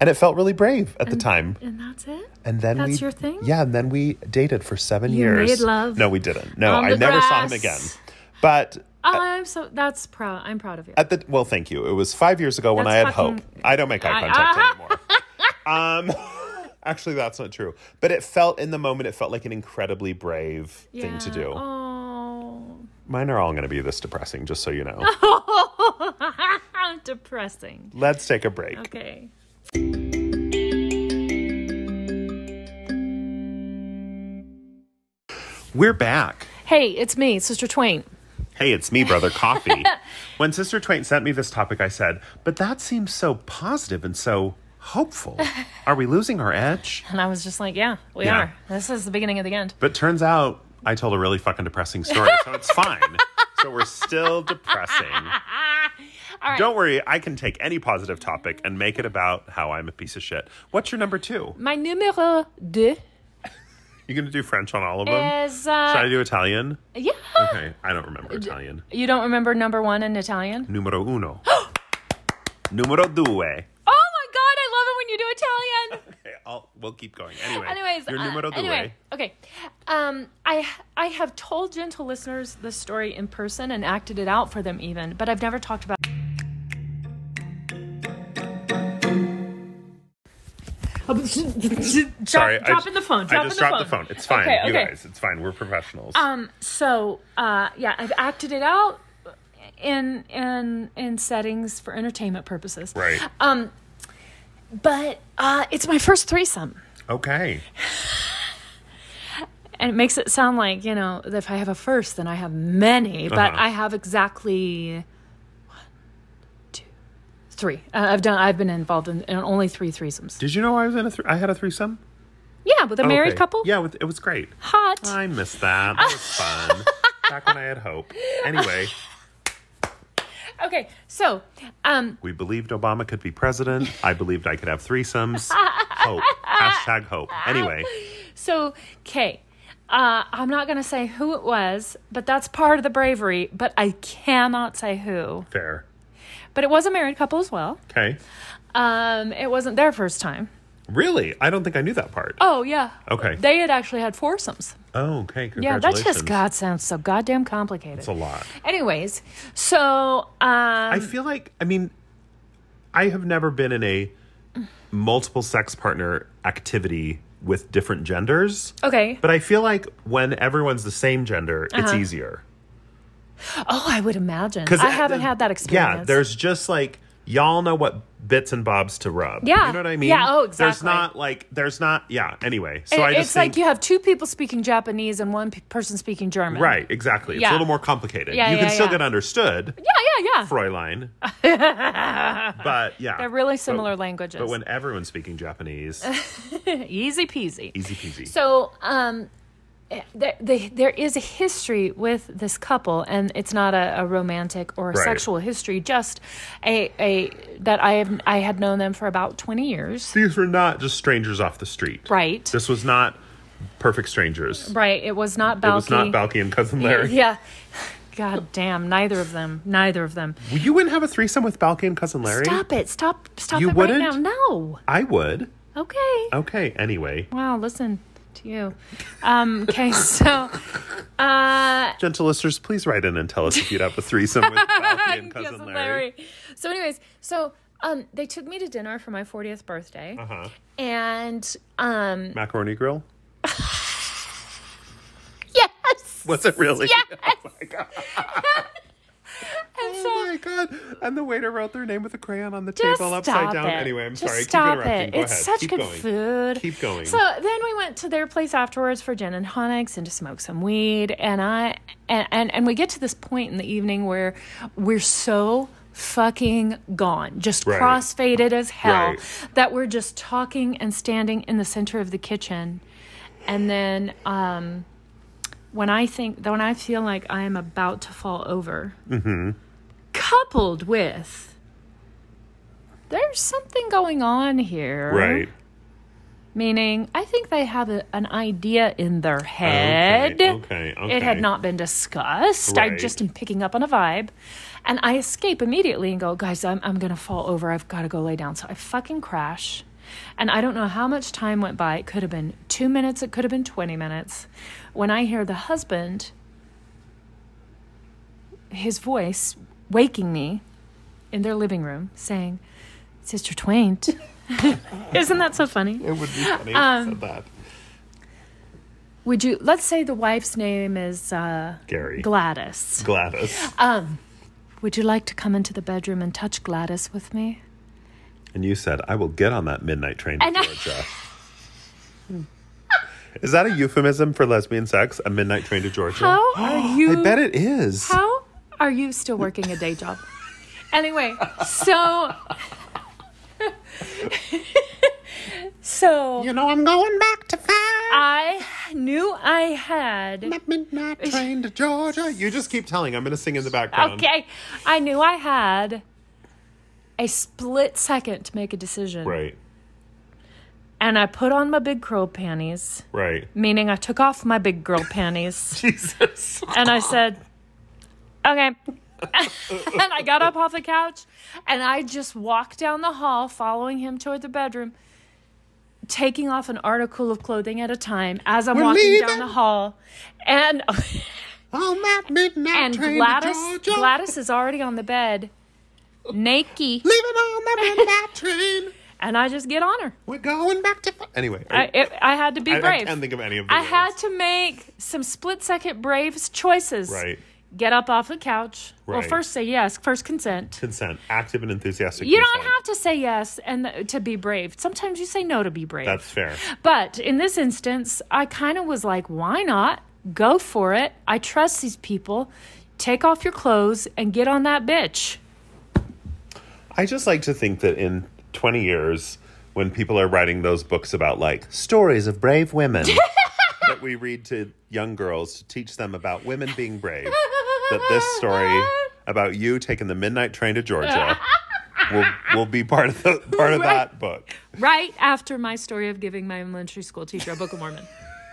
Speaker 3: And it felt really brave at the time.
Speaker 1: And that's it.
Speaker 3: And then
Speaker 1: that's
Speaker 3: we,
Speaker 1: your thing?
Speaker 3: Yeah, and then we dated for seven
Speaker 1: You
Speaker 3: years.
Speaker 1: made love
Speaker 3: No, we didn't. No,
Speaker 1: on
Speaker 3: I
Speaker 1: the
Speaker 3: never saw him
Speaker 1: grass.
Speaker 3: again. But
Speaker 1: Oh, I'm so that's proud. I'm proud of you.
Speaker 3: at the well, thank you. It was five years ago when
Speaker 1: That's
Speaker 3: I had
Speaker 1: fucking-
Speaker 3: hope. I don't make eye
Speaker 1: I-
Speaker 3: contact
Speaker 1: *laughs*
Speaker 3: anymore. um, *laughs* actually, that's not true. But it felt in the moment, it felt like an incredibly brave thing to do.
Speaker 1: Oh, *laughs*
Speaker 3: Mine are all going to be this depressing, just so you know.
Speaker 1: depressing.
Speaker 3: Let's take a break.
Speaker 1: *laughs* Okay.
Speaker 3: We're back.
Speaker 1: Hey, it's me, Sister Twain.
Speaker 3: Hey, it's me,
Speaker 1: *laughs*
Speaker 3: brother Coffee. when Sister Twain sent me this topic, I said, "But that seems so positive and so
Speaker 1: *laughs*
Speaker 3: hopeful. Are we losing our edge?"
Speaker 1: And I was just like, yeah, we
Speaker 3: Yeah.
Speaker 1: are. This is the beginning of the end.
Speaker 3: But turns out I told a really fucking depressing story, so it's fine. so we're
Speaker 1: *laughs*
Speaker 3: still depressing. Don't worry, I can take any positive topic and make it about how I'm a piece of shit. What's your number two?
Speaker 1: My numero deux
Speaker 3: You gonna do French on all of them?
Speaker 1: is
Speaker 3: Should I
Speaker 1: uh,
Speaker 3: do Italian?
Speaker 1: yeah.
Speaker 3: Um, Okay, I don't remember Italian.
Speaker 1: You don't remember number one in Italian?
Speaker 3: Numero uno.
Speaker 1: *gasps*
Speaker 3: Numero due.
Speaker 1: Oh my god, Oh I love it when you do Italian.
Speaker 3: *laughs* Okay, I'll, we'll keep going. Anyway,
Speaker 1: Anyways,
Speaker 3: your
Speaker 1: uh,
Speaker 3: numero due. eh?
Speaker 1: anyway, okay. Um, I I have told gentle listeners this story in person and acted it out for them even, but I've never talked about.
Speaker 3: *laughs* Sorry,
Speaker 1: drop,
Speaker 3: I
Speaker 1: dropping
Speaker 3: just-
Speaker 1: the phone.
Speaker 3: I
Speaker 1: Dropping
Speaker 3: just
Speaker 1: the
Speaker 3: dropped
Speaker 1: phone.
Speaker 3: the phone. It's fine,
Speaker 1: Okay,
Speaker 3: you
Speaker 1: okay.
Speaker 3: guys. It's fine. We're professionals.
Speaker 1: Um, so uh, yeah, I've acted it out in in in settings for entertainment purposes.
Speaker 3: right.
Speaker 1: Um, but uh, it's my first threesome.
Speaker 3: okay.
Speaker 1: and it makes it sound like you know if i have a first then i have many but
Speaker 3: Uh-huh.
Speaker 1: i have exactly one two three uh, i've done i've been involved in, in only three threesomes
Speaker 3: Did you know I was in a th- I had a threesome?
Speaker 1: yeah with a married
Speaker 3: Okay.
Speaker 1: couple
Speaker 3: Yeah, with, it was great.
Speaker 1: hot
Speaker 3: I miss that. That
Speaker 1: *laughs*
Speaker 3: was fun. Back when I had hope. Anyway,
Speaker 1: okay so um
Speaker 3: we believed Obama could be president. I believed I could have threesomes. Hope. Hashtag hope. Anyway,
Speaker 1: so okay uh, I'm not going to say who it was, but that's part of the bravery. But I cannot say who.
Speaker 3: fair.
Speaker 1: But it was a married couple as well.
Speaker 3: Okay.
Speaker 1: Um, it wasn't their first time.
Speaker 3: Really? I don't think I knew that part.
Speaker 1: Oh, yeah.
Speaker 3: Okay.
Speaker 1: They had actually had foursomes.
Speaker 3: Oh, okay. Congratulations.
Speaker 1: Yeah, that just God sounds so goddamn complicated.
Speaker 3: It's a lot.
Speaker 1: Anyways, so um,
Speaker 3: I feel like, I mean, I have never been in a multiple sex partner activity with different genders.
Speaker 1: okay.
Speaker 3: But I feel like when everyone's the same gender,
Speaker 1: Uh-huh.
Speaker 3: it's easier.
Speaker 1: Oh, I would imagine.
Speaker 3: 'Cause
Speaker 1: I
Speaker 3: it-
Speaker 1: haven't had that experience.
Speaker 3: Yeah, there's just like y'all know what bits and bobs to rub.
Speaker 1: Yeah.
Speaker 3: you know what I mean.
Speaker 1: Yeah, oh,
Speaker 3: There's
Speaker 1: exactly.
Speaker 3: not like there's not yeah. Anyway, so
Speaker 1: It-
Speaker 3: I just
Speaker 1: it's
Speaker 3: think
Speaker 1: like you have two people speaking Japanese and one p- person speaking German.
Speaker 3: *laughs* right exactly. It's
Speaker 1: Yeah.
Speaker 3: a little more complicated.
Speaker 1: Yeah,
Speaker 3: you can
Speaker 1: yeah,
Speaker 3: still
Speaker 1: yeah.
Speaker 3: get understood,
Speaker 1: Yeah, yeah, yeah.
Speaker 3: Fräulein.
Speaker 1: *laughs*
Speaker 3: but yeah,
Speaker 1: They're really similar
Speaker 3: but,
Speaker 1: languages.
Speaker 3: But when everyone's speaking
Speaker 1: *laughs*
Speaker 3: Japanese,
Speaker 1: Easy peasy.
Speaker 3: easy peasy.
Speaker 1: So, um, there, they, there is a history with this couple, and it's not a, a romantic or a
Speaker 3: Right.
Speaker 1: sexual history. Just a, a that I have I had known them for about twenty years.
Speaker 3: These were not just strangers off the street.
Speaker 1: Right.
Speaker 3: This was not perfect strangers.
Speaker 1: Right. It was not
Speaker 3: It
Speaker 1: Balky.
Speaker 3: was not Balky and cousin Larry.
Speaker 1: Yeah. God damn. Neither of them. Neither of them.
Speaker 3: You wouldn't have a threesome with Balky and cousin Larry.
Speaker 1: Stop it. Stop. Stop
Speaker 3: You
Speaker 1: it right
Speaker 3: wouldn't? Oh.
Speaker 1: now. No.
Speaker 3: I would.
Speaker 1: Okay.
Speaker 3: Okay. Anyway.
Speaker 1: Wow. Listen to you. Um, okay. *laughs* So. Uh,
Speaker 3: Gentle listeners, please write in and tell us if you'd have a threesome
Speaker 1: *laughs*
Speaker 3: with Balky and cousin
Speaker 1: Cousin
Speaker 3: Larry.
Speaker 1: Larry. So, anyways, so um, they took me to dinner for my 40th birthday,
Speaker 3: Uh-huh.
Speaker 1: and um,
Speaker 3: Macaroni grill? *laughs*
Speaker 1: yes.
Speaker 3: Was it really?
Speaker 1: Yes.
Speaker 3: Oh my god!
Speaker 1: *laughs* And so-
Speaker 3: Oh my god! And the waiter wrote their name with a crayon on the
Speaker 1: Just
Speaker 3: table upside
Speaker 1: stop
Speaker 3: down.
Speaker 1: it.
Speaker 3: Anyway, I'm
Speaker 1: Just
Speaker 3: sorry.
Speaker 1: Stop
Speaker 3: Keep interrupting.
Speaker 1: It.
Speaker 3: Go
Speaker 1: it's
Speaker 3: ahead.
Speaker 1: such
Speaker 3: Keep
Speaker 1: good
Speaker 3: going.
Speaker 1: food.
Speaker 3: Keep going.
Speaker 1: So then we went to their place afterwards for gin and tonics and to smoke some weed. And I and and, and we get to this point in the evening where we're so fucking gone, just
Speaker 3: Right.
Speaker 1: crossfaded as hell,
Speaker 3: Right.
Speaker 1: that we're just talking and standing in the center of the kitchen. And then um, when I think when I feel like I am about to fall over, coupled with there's something going on here.
Speaker 3: right.
Speaker 1: meaning I think they have a, an idea in their head.
Speaker 3: okay, okay.
Speaker 1: It had not been discussed. I
Speaker 3: Right.
Speaker 1: just am picking up on a vibe. And I escape immediately and go, guys, I'm, I'm going to fall over. I've got to go lay down. So I fucking crash. And I don't know how much time went by. It could have been two minutes, it could have been 20 minutes. When I hear the husband, his voice waking me in their living room saying, Sister Twaint. *laughs* Isn't that so funny?
Speaker 3: It would be funny if
Speaker 1: Um,
Speaker 3: you said that.
Speaker 1: Would you, let's say the wife's name is uh,
Speaker 3: Gary.
Speaker 1: Gladys.
Speaker 3: Gladys.
Speaker 1: Um, Would you like to come into the bedroom and touch Gladys with me?
Speaker 3: and you said, I will get on that midnight train to
Speaker 1: And I-
Speaker 3: Georgia. Is that a euphemism for lesbian sex? A midnight train to Georgia?
Speaker 1: How are you?
Speaker 3: *gasps* I bet it is.
Speaker 1: How are you still working a day
Speaker 3: *laughs*
Speaker 1: job? anyway, so. *laughs* so
Speaker 4: You know I'm going back to
Speaker 1: Uh,
Speaker 4: five.
Speaker 1: I knew I had. *laughs*
Speaker 4: That midnight train.
Speaker 3: Train to Georgia. You just keep telling. I'm going to sing in the background.
Speaker 1: Okay. I knew I had a split second to make a decision.
Speaker 3: Right,
Speaker 1: And I put on my big curl panties, *laughs*
Speaker 3: right.
Speaker 1: meaning I took off my big girl panties.
Speaker 3: Jesus.
Speaker 1: and I said, "Okay." *laughs* and I got up off the couch and I just walked down the hall following him toward the bedroom, taking off an article of clothing at a time as I'm
Speaker 4: We're
Speaker 1: walking down
Speaker 4: leaving.
Speaker 1: the hall. And *laughs*
Speaker 4: On that midnight
Speaker 1: and
Speaker 4: train
Speaker 1: Gladys
Speaker 4: to Georgia.
Speaker 1: Gladys is already on the bed naked
Speaker 4: Leaving
Speaker 1: *laughs*
Speaker 4: on that midnight train.
Speaker 1: and I just get on her.
Speaker 4: We're going back to five.
Speaker 3: Anyway,
Speaker 1: I it, I had to be
Speaker 3: I, I
Speaker 1: brave.
Speaker 3: can't think of any of the
Speaker 1: I
Speaker 3: words.
Speaker 1: had to make some split second brave choices.
Speaker 3: Right.
Speaker 1: Get up off the couch. Well,
Speaker 3: Right.
Speaker 1: first say yes, first consent.
Speaker 3: Consent. Active and enthusiastic.
Speaker 1: You don't
Speaker 3: consent.
Speaker 1: have to say yes and th- to be brave. Sometimes you say no to be brave.
Speaker 3: That's fair.
Speaker 1: but in this instance, I kind of was like, why not? Go for it. I trust these people. Take off your clothes and get on that bitch.
Speaker 3: I just like to think that in 20 years, when people are writing those books about like stories of brave
Speaker 1: *laughs*
Speaker 3: women that we read to young girls to teach them about women being brave, that this story about you taking the midnight train to Georgia will, will be part of the, part of that book.
Speaker 1: *laughs* Right after my story of giving my elementary school teacher a Book of Mormon.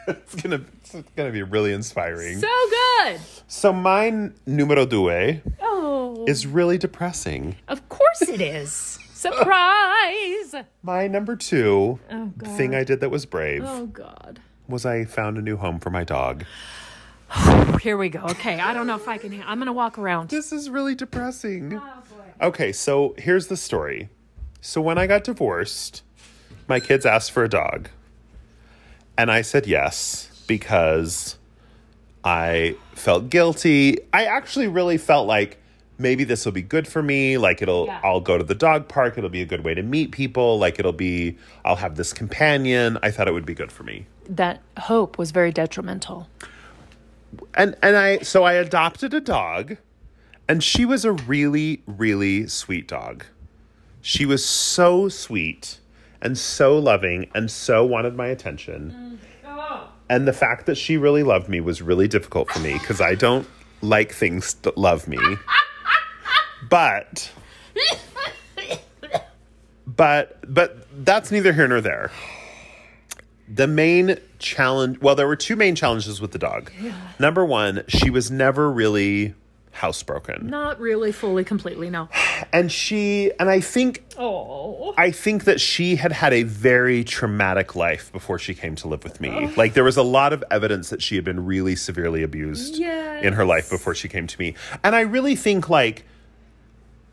Speaker 3: It's gonna it's gonna be really inspiring.
Speaker 1: so good.
Speaker 3: So mine numero due
Speaker 1: Oh,
Speaker 3: is really depressing.
Speaker 1: of course it is. Surprise.
Speaker 3: My number two
Speaker 1: Oh, God.
Speaker 3: thing I did that was brave
Speaker 1: Oh, God.
Speaker 3: was I found a new home for my dog.
Speaker 1: Here we go. Okay. I don't know if I can. I'm going to walk around.
Speaker 3: This is really depressing. Okay, so here's the story. So when I got divorced, my kids asked for a dog. And I said yes because I felt guilty. I actually really felt like maybe this will be good for me. Like it'll
Speaker 1: Yeah.
Speaker 3: I'll go to the dog park, it'll be a good way to meet people, like it'll be I'll have this companion. I thought it would be good for me.
Speaker 1: That hope was very detrimental.
Speaker 3: and and I so I adopted a dog, and she was a really really sweet dog. She was so sweet and so loving and so wanted my attention. And the fact that she really loved me was really difficult for me because I don't like things that love me. But but but that's neither here nor there. The main challenge, well, there were two main challenges with the dog. Number one, she was never really housebroken,
Speaker 1: Not really fully, completely, no.
Speaker 3: and she, and I think,
Speaker 1: Oh.
Speaker 3: I think that she had had a very traumatic life before she came to live with me. Like there was a lot of evidence that she had been really severely abused in her life before she came to me, and I really think like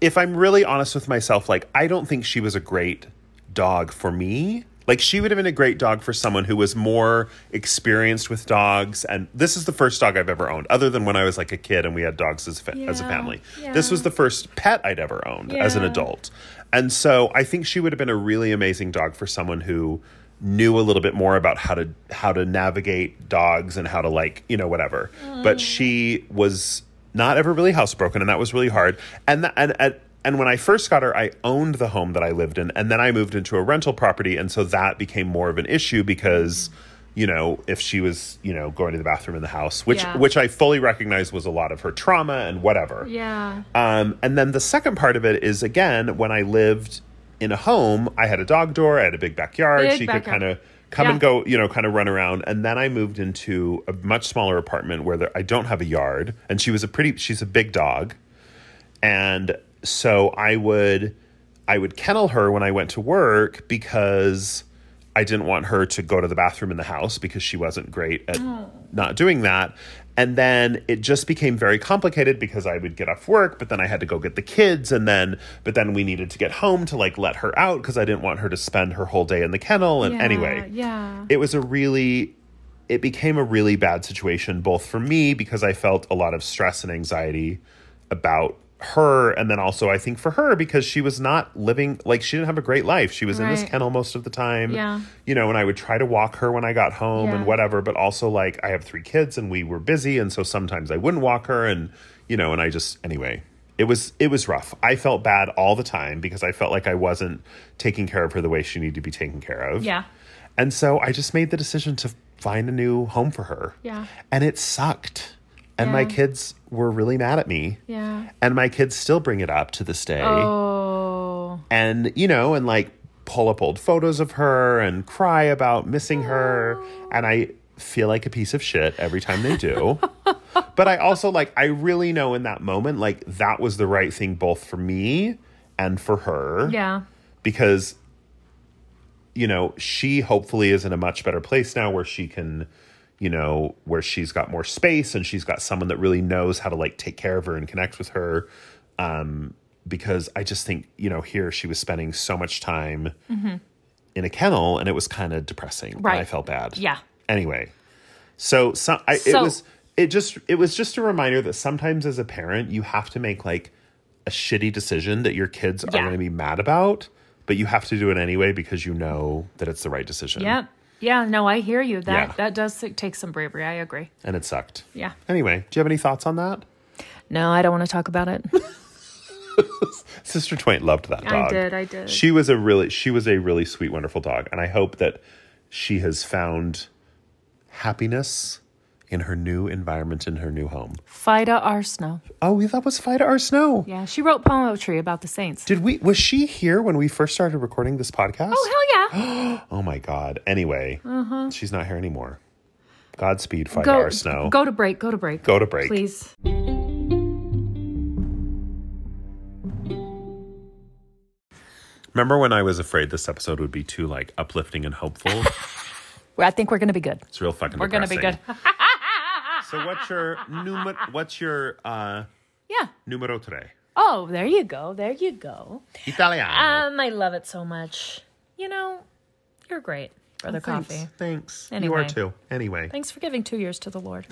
Speaker 3: if I'm really honest with myself, like I don't think she was a great dog for me. Like she would have been a great dog for someone who was more experienced with dogs. And this is the first dog I've ever owned, other than when I was like a kid and we had dogs as, a fa- as a
Speaker 1: Yeah,
Speaker 3: family. This
Speaker 1: yeah.
Speaker 3: was the first pet I'd ever owned as an
Speaker 1: Yeah.
Speaker 3: adult. And so I think she would have been a really amazing dog for someone who knew a little bit more about how to how to navigate dogs and how to like, you know, whatever. But she was not ever really housebroken and that was really hard. And tha- and and and when I first got her, I owned the home that I lived in and then I moved into a rental property and so that became more of an issue because you know, if she was, you know, going to the bathroom in the house, which
Speaker 1: Yeah.
Speaker 3: which I fully recognized was a lot of her trauma and whatever.
Speaker 1: Yeah.
Speaker 3: Um, and then the second part of it is again, when I lived in a home, I had a dog door, I had a big backyard.
Speaker 1: Big
Speaker 3: she could
Speaker 1: backyard.
Speaker 3: kind of come
Speaker 1: Yeah.
Speaker 3: and go, you know, kind of run around. And then I moved into a much smaller apartment where there, I don't have a yard. And she was a pretty, she's a big dog. And so I would, I would kennel her when I went to work because I didn't want her to go to the bathroom in the house because she wasn't great at not doing that. And then it just became very complicated because I would get off work, but then I had to go get the kids, and then but then we needed to get home to like let her out because I didn't want her to spend her whole day in the kennel. And
Speaker 1: Yeah,
Speaker 3: anyway,
Speaker 1: yeah.
Speaker 3: it was a really it became a really bad situation both for me because I felt a lot of stress and anxiety about her and then also I think for her because she was not living like she didn't have a great life. She was in this
Speaker 1: Right.
Speaker 3: kennel most of the time.
Speaker 1: Yeah.
Speaker 3: You know, and I would try to walk her when I got home
Speaker 1: Yeah.
Speaker 3: and whatever, but also like I have three kids and we were busy and so sometimes I wouldn't walk her and you know, and I just anyway, it was it was rough. I felt bad all the time because I felt like I wasn't taking care of her the way she needed to be taken care of.
Speaker 1: Yeah.
Speaker 3: And so I just made the decision to find a new home for her.
Speaker 1: Yeah.
Speaker 3: And it sucked. And my
Speaker 1: Yeah.
Speaker 3: kids were really mad at me.
Speaker 1: Yeah.
Speaker 3: And my kids still bring it up to this day.
Speaker 1: Oh.
Speaker 3: And, you know, and like pull up old photos of her and cry about missing her. And I feel like a piece of shit every time they
Speaker 1: *laughs*
Speaker 3: do. but I also like, I really know in that moment, like that was the right thing both for me and for her
Speaker 1: Yeah.
Speaker 3: because you know she hopefully is in a much better place now where she can you know where she's got more space and she's got someone that really knows how to like take care of her and connect with her um because i just think you know here she was spending so much time in a kennel and it was kind of depressing and i
Speaker 1: Mm-hmm. Right.
Speaker 3: felt bad
Speaker 1: Yeah.
Speaker 3: anyway so some I, it
Speaker 1: So-
Speaker 3: was it just it was just a reminder that sometimes as a parent you have to make like a shitty decision that your kids are
Speaker 1: Yeah.
Speaker 3: going to be mad about but you have to do it anyway because you know that it's the right decision
Speaker 1: Yep. Yeah. No, I hear you. That
Speaker 3: Yeah.
Speaker 1: that does take some bravery. I agree.
Speaker 3: and it sucked
Speaker 1: Yeah.
Speaker 3: anyway do you have any thoughts on that
Speaker 1: No, I don't want to talk about
Speaker 3: *laughs*
Speaker 1: it.
Speaker 3: sister twain loved that
Speaker 1: I
Speaker 3: dog
Speaker 1: did, I did.
Speaker 3: she was a really she was a really sweet wonderful dog and i hope that she has found happiness in her new environment in her new home
Speaker 1: Fida Arsno.
Speaker 3: oh that was fight our snow
Speaker 1: Yeah, she wrote poetry about the saints.
Speaker 3: Did we was she here when we first started recording this podcast?
Speaker 1: oh
Speaker 3: *gasps*
Speaker 1: hell yeah!
Speaker 3: Oh my god. Anyway, she's not here anymore. Godspeed, five
Speaker 1: Go
Speaker 3: hour snow.
Speaker 1: go to break. Go to break.
Speaker 3: Go to break.
Speaker 1: please.
Speaker 3: Remember when I was afraid this episode would be too like uplifting and hopeful?
Speaker 1: I think we're gonna be good.
Speaker 3: It's real fucking.
Speaker 1: We're gonna be good.
Speaker 3: so what's your numer- What's your uh
Speaker 1: *laughs* yeah.
Speaker 3: numero tre?
Speaker 1: Oh, there you go. There you go.
Speaker 3: Italiano.
Speaker 2: Um, I love it so much. You know, you're great, Brother
Speaker 3: Oh, Thanks.
Speaker 2: Coffee.
Speaker 3: Thanks. You
Speaker 2: Anyway.
Speaker 3: are too. Anyway,
Speaker 1: Thanks for giving two years to the Lord.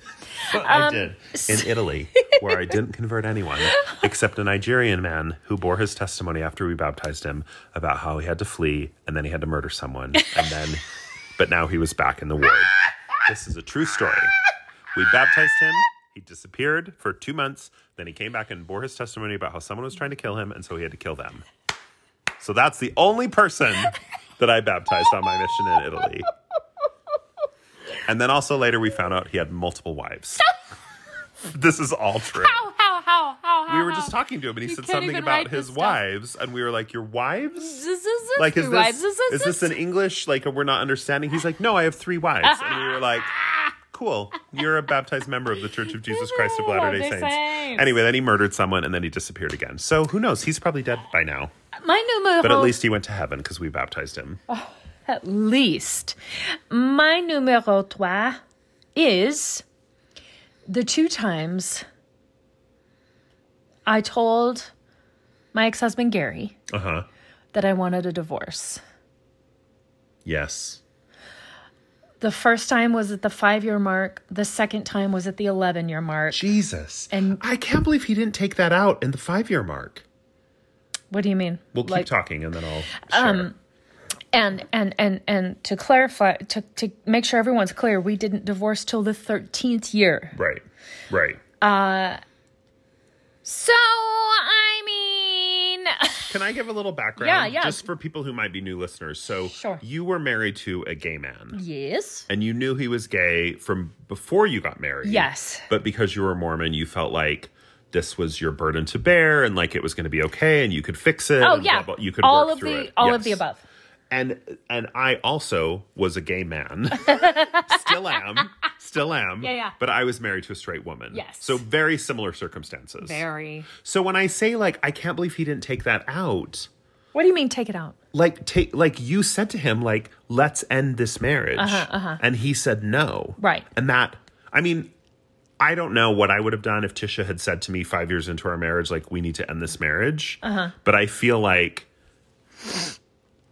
Speaker 1: Um,
Speaker 3: I did in Italy, where I didn't
Speaker 1: *laughs*
Speaker 3: convert anyone except a Nigerian man who bore his testimony after we baptized him about how he had to flee and then he had to murder someone, and then, but now he was back in the ward. This is a true story. We baptized him. He disappeared for two months. Then he came back and bore his testimony about how someone was trying to kill him, and so he had to kill them. So that's the only person that I baptized on my mission in Italy. And then also later we found out he had multiple wives. this is all true.
Speaker 1: How how how how how?
Speaker 3: We were just talking to him and he
Speaker 1: You
Speaker 3: said
Speaker 1: can't
Speaker 3: something
Speaker 1: even
Speaker 3: about
Speaker 1: write this
Speaker 3: his
Speaker 1: stuff.
Speaker 3: wives and we were like, Your wives?
Speaker 1: like
Speaker 3: Like is this is this an English like we're not understanding? He's like, No, I have three wives. And we
Speaker 2: *laughs*
Speaker 3: were like, Cool. You're a baptized member of the Church of Jesus Christ of Latter-day
Speaker 1: Latter-day
Speaker 3: Saints.
Speaker 1: Saints.
Speaker 3: Anyway, then he murdered someone and then he disappeared again. So who knows? He's probably dead by now.
Speaker 1: my numero?
Speaker 3: But at least he went to heaven because we baptized him.
Speaker 2: At least. My numero trois is the two times I told my ex husband Gary
Speaker 3: Uh-huh.
Speaker 2: that I wanted a divorce.
Speaker 3: Yes.
Speaker 2: The first time was at the five year mark, the second time was at the 11 year mark.
Speaker 3: Jesus.
Speaker 2: And-
Speaker 3: I can't believe he didn't take that out in the five year mark.
Speaker 2: What do you mean?
Speaker 3: We'll keep
Speaker 2: Like- um,
Speaker 3: talking and then I'll share.
Speaker 2: and and and and to clarify to to make sure everyone's clear we didn't divorce till the 13th year
Speaker 3: right. Right.
Speaker 2: so i mean *laughs*
Speaker 3: Can I give a little background?
Speaker 2: Yeah, yeah.
Speaker 3: Just for people who might be new listeners. So
Speaker 2: Sure.
Speaker 3: you were married to a gay man
Speaker 2: yes
Speaker 3: and you knew he was gay from before you got married.
Speaker 2: Yes.
Speaker 3: But because you were a Mormon, you felt like this was your burden to bear and like it was going to be okay and you could fix it.
Speaker 2: oh
Speaker 3: and
Speaker 2: yeah
Speaker 3: blah, blah- you could
Speaker 2: all
Speaker 3: work
Speaker 2: of
Speaker 3: through
Speaker 2: the
Speaker 3: it.
Speaker 2: all of the
Speaker 3: Yes.
Speaker 2: above
Speaker 3: and and I also was a gay
Speaker 2: *laughs*
Speaker 3: man. still am. Still am.
Speaker 1: Yeah, yeah.
Speaker 3: But I was married to a straight woman.
Speaker 1: Yes.
Speaker 3: So very similar circumstances.
Speaker 1: Very.
Speaker 3: So when I say like I can't believe he didn't take that out,
Speaker 1: What do you mean take it out?
Speaker 3: like take like you said to him like let's end this marriage and he said no
Speaker 1: Uh-huh, Right.
Speaker 3: and that i mean i don't know what i would have done if tisha had said to me five years into our marriage like we need to end this marriage
Speaker 1: Uh-huh.
Speaker 3: but i feel like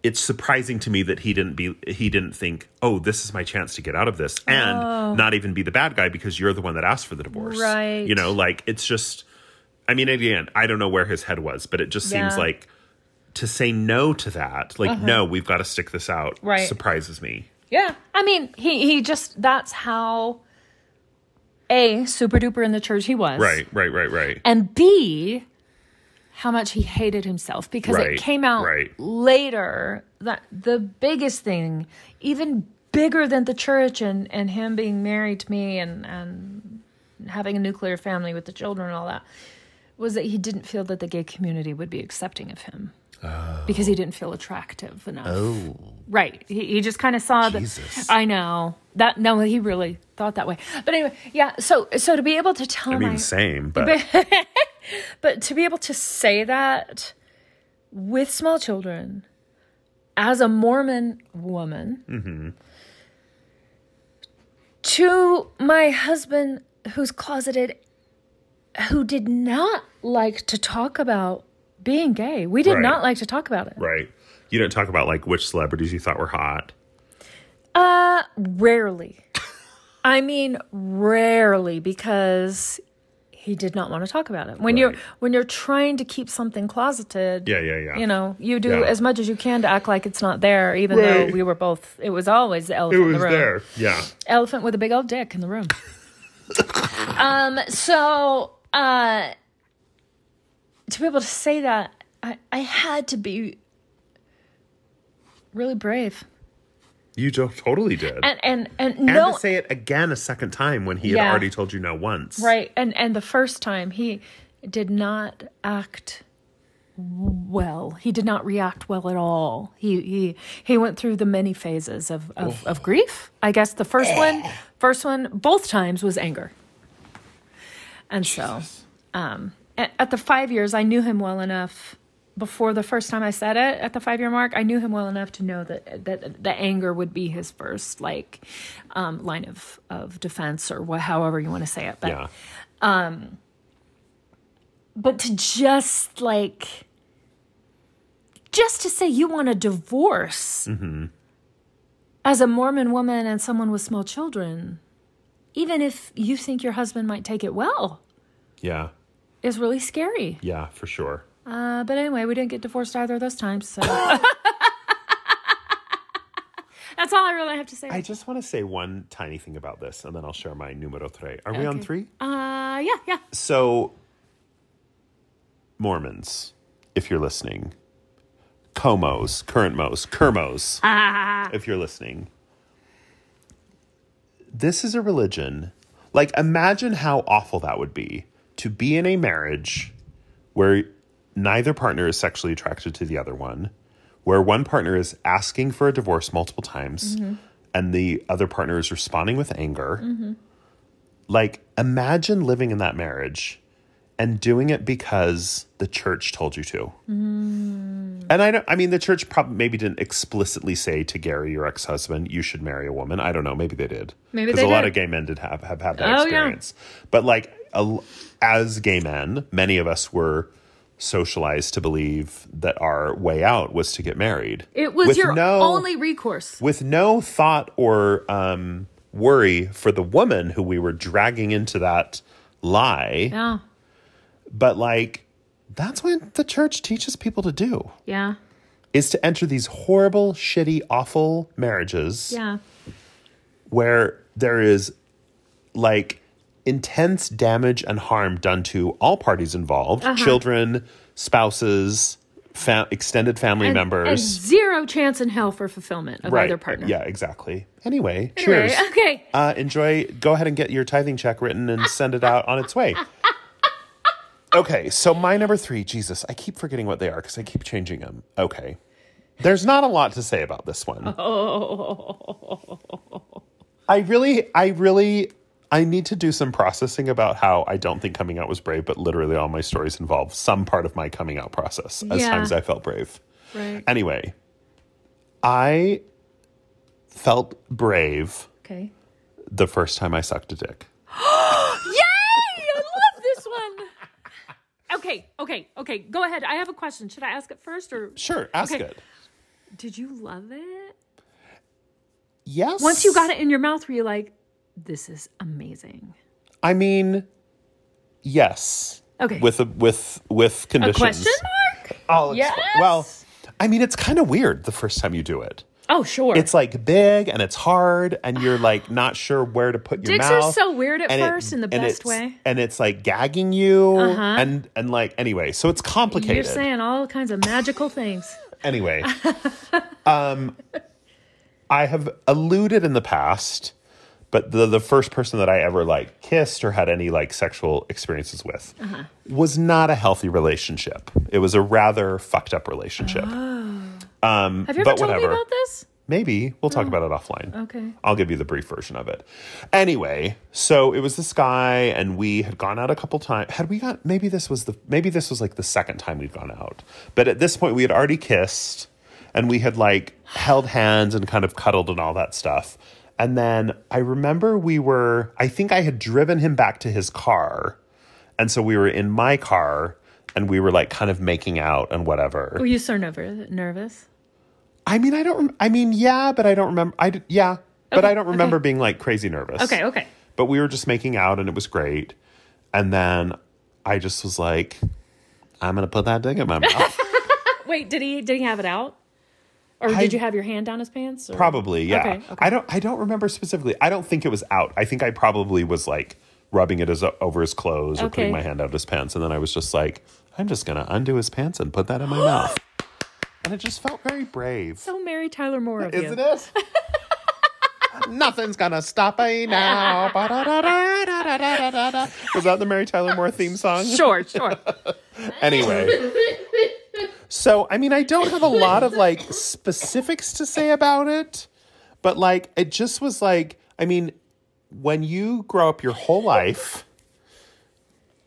Speaker 3: it's surprising to me that he didn't be he didn't think oh this is my chance to get out of this and not even be the bad guy because you're the one that asked for the divorce
Speaker 1: Oh. Right.
Speaker 3: you know like it's just i mean again i don't know where his head was but it just seems
Speaker 1: Yeah.
Speaker 3: like to say no to that, like, no, we've got to stick this out,
Speaker 1: Uh-huh. Right.
Speaker 3: surprises me.
Speaker 1: Yeah. I mean, he he just that's how A, super duper in the church he was.
Speaker 3: Right, right, right, right.
Speaker 1: And B, how much he hated himself because
Speaker 3: Right,
Speaker 1: it came out
Speaker 3: right.
Speaker 1: later that the biggest thing, even bigger than the church and, and him being married to me and, and having a nuclear family with the children and all that, was that he didn't feel that the gay community would be accepting of him.
Speaker 3: Oh.
Speaker 1: Because he didn't feel attractive enough. Oh. Right. He, he just kind of saw
Speaker 3: Jesus.
Speaker 1: that. I know. That no, he really thought that way. But anyway, yeah, so so to be able to tell
Speaker 3: I mean,
Speaker 1: Oh my *laughs*
Speaker 3: same, but
Speaker 1: but to be able to say that with small children as a Mormon woman to my husband who's closeted, who did not like to talk about being gay. We did
Speaker 3: Right.
Speaker 1: not like to talk about it.
Speaker 3: right. You don't talk about like which celebrities you thought were hot.
Speaker 1: Uh, rarely. I mean, rarely because he did not want to talk about it. When you're
Speaker 3: Right.
Speaker 1: when you're trying to keep something closeted,
Speaker 3: Yeah, yeah, yeah.
Speaker 1: You know, you do
Speaker 3: Yeah.
Speaker 1: as much as you can to act like it's not there, even though
Speaker 3: Right.
Speaker 1: we were both. It was always the elephant
Speaker 3: It
Speaker 1: in
Speaker 3: was
Speaker 1: the room.
Speaker 3: there. Yeah.
Speaker 1: Elephant with a big old dick in the room. um. So, uh, to be able to say that, I I had to be really brave,
Speaker 3: You jo- totally did. And,
Speaker 1: and and and, no.
Speaker 3: to say it again a second time when he had
Speaker 1: Yeah.
Speaker 3: already told you no once.
Speaker 1: Right. And and the first time he did not act well. He did not react well at all. He he he went through the many phases of of, of grief. I guess the first one first one both times was anger. And so um at, at the 5 years I knew him well enough before the first time I said it at the 5 year mark, I knew him well enough to know that that the anger would be his first like um line of of defense or what however you want to say it. But
Speaker 3: Yeah.
Speaker 1: but to just like just to say you want a divorce
Speaker 3: Mm-hmm.
Speaker 1: as a mormon woman and someone with small children even if you think your husband might take it well
Speaker 3: Yeah.
Speaker 1: is really scary
Speaker 3: Yeah, for sure.
Speaker 1: uh, but anyway we didn't get divorced either of those times so *laughs* that's all i really have to say
Speaker 3: I just want to say one tiny thing about this and then I'll share my numero three. Are we on
Speaker 1: Okay.
Speaker 3: three?
Speaker 1: uh, yeah yeah
Speaker 3: So, Mormons, if you're listening, Comos, current Mos, Kermos, if you're listening, this is a religion. Like, imagine how awful that would be to be in a marriage where neither partner is sexually attracted to the other one, where one partner is asking for a divorce multiple times
Speaker 1: Mm-hmm.
Speaker 3: and the other partner is responding with anger. Like, imagine living in that marriage and doing it because the church told you to.
Speaker 1: Mm.
Speaker 3: And I don't, I mean, the church probably maybe didn't explicitly say to Gary, your ex husband, you should marry a woman. I don't know. Maybe they did.
Speaker 1: Maybe
Speaker 3: a
Speaker 1: they
Speaker 3: lot
Speaker 1: did.
Speaker 3: of gay men did have, have had that
Speaker 1: Oh, yeah.
Speaker 3: experience. But like, a l as gay men, many of us were socialized to believe that our way out was to get married.
Speaker 1: it was
Speaker 3: With
Speaker 1: your
Speaker 3: no-
Speaker 1: only recourse
Speaker 3: with no thought or um, worry for the woman who we were dragging into that lie.
Speaker 1: yeah
Speaker 3: But like, that's what the church teaches people to do
Speaker 1: yeah
Speaker 3: is to enter these horrible, shitty, awful marriages
Speaker 1: yeah
Speaker 3: where there is like intense damage and harm done to all parties involved
Speaker 1: Uh-huh.
Speaker 3: children, spouses, fa- extended family
Speaker 1: And-
Speaker 3: members.
Speaker 1: and zero chance in hell for fulfillment of
Speaker 3: right.
Speaker 1: either partner
Speaker 3: Yeah, exactly. Anyway,
Speaker 1: Anyway,
Speaker 3: cheers.
Speaker 1: okay
Speaker 3: uh, enjoy. Go ahead and get your tithing check written and send it out on its way. Okay, so my number three, Jesus, I keep forgetting what they are because I keep changing them. Okay. There's not a lot to say about this one. I really, I really, I need to do some processing about how I don't think coming out was brave, but literally all my stories involve some part of my coming out process as
Speaker 1: Yeah.
Speaker 3: times I felt brave.
Speaker 1: *laughs* Right.
Speaker 3: Anyway, I felt brave
Speaker 1: Okay.
Speaker 3: the first time I sucked a dick.
Speaker 1: Yay! I love this one. Okay, okay, okay. Go ahead. I have a question. Should I ask it first or
Speaker 3: Sure, ask
Speaker 1: Okay.
Speaker 3: it.
Speaker 1: did you love it?
Speaker 3: Yes.
Speaker 1: Once you got it in your mouth, were you like, this is amazing?
Speaker 3: I mean, yes.
Speaker 1: Okay.
Speaker 3: With a, with with
Speaker 1: a
Speaker 3: conditions.
Speaker 1: question mark?
Speaker 3: I'll
Speaker 1: Yes.
Speaker 3: expl- Well, I mean, it's kind of weird the first time you do it.
Speaker 1: Oh, sure.
Speaker 3: It's like big and it's hard,
Speaker 1: *sighs*
Speaker 3: and you're like not sure where to put your
Speaker 1: Dicks are
Speaker 3: mouth.
Speaker 1: so weird at
Speaker 3: it-
Speaker 1: first in the
Speaker 3: and
Speaker 1: best
Speaker 3: it's-
Speaker 1: way. Uh-huh.
Speaker 3: and it's like gagging you, and and like anyway, so it's complicated.
Speaker 1: You're saying all kinds of magical things. *laughs*
Speaker 3: anyway, um, I have alluded in the past, but the the first person that I ever like kissed or had any like sexual experiences with
Speaker 1: Uh-huh.
Speaker 3: was not a healthy relationship. It was a rather fucked up relationship.
Speaker 1: Oh. Have you ever
Speaker 3: Um, But
Speaker 1: told
Speaker 3: whatever.
Speaker 1: me about this?
Speaker 3: Maybe we'll
Speaker 1: Oh.
Speaker 3: talk about it offline.
Speaker 1: Okay.
Speaker 3: I'll give you the brief version of it. Anyway, so it was this guy, and we had gone out a couple times. Had we got maybe this was the maybe this was like the second time we'd gone out, but at this point we had already kissed, and we had like held hands and kind of cuddled and all that stuff. And then I remember we were. I think I had driven him back to his car, and so we were in my car, and we were like kind of making out and whatever.
Speaker 1: Were you so nervous? Nervous?
Speaker 3: I mean, I don't. Rem- I mean, yeah, but I don't remember. I d- yeah, but I don't remember being like crazy nervous.
Speaker 1: Okay, okay.
Speaker 3: But we were just making out, and it was great. And then I just was like, "I'm gonna put that dick
Speaker 1: *laughs*
Speaker 3: in my mouth."
Speaker 1: Wait, did he did he have it out? Or
Speaker 3: I-
Speaker 1: did you have your hand down his pants? or-
Speaker 3: probably, yeah.
Speaker 1: Okay, okay.
Speaker 3: I don't. I don't remember specifically. I don't think it was out. I think I probably was like rubbing it as over his clothes or
Speaker 1: Okay.
Speaker 3: putting my hand out his pants, and then I was just like, "I'm just gonna undo his pants and put that
Speaker 1: *gasps*
Speaker 3: in my mouth." And it just felt very brave.
Speaker 1: So Mary Tyler Moore of you.
Speaker 3: Isn't it? *laughs* Nothing's gonna stop me now. Ba-da-da-da-da-da-da-da-da. Was that the Mary Tyler Moore theme song? *laughs*
Speaker 1: Sure, sure.
Speaker 3: Anyway. So, I mean, I don't have a lot of like specifics to say about it, but like it just was like, I mean, when you grow up your whole life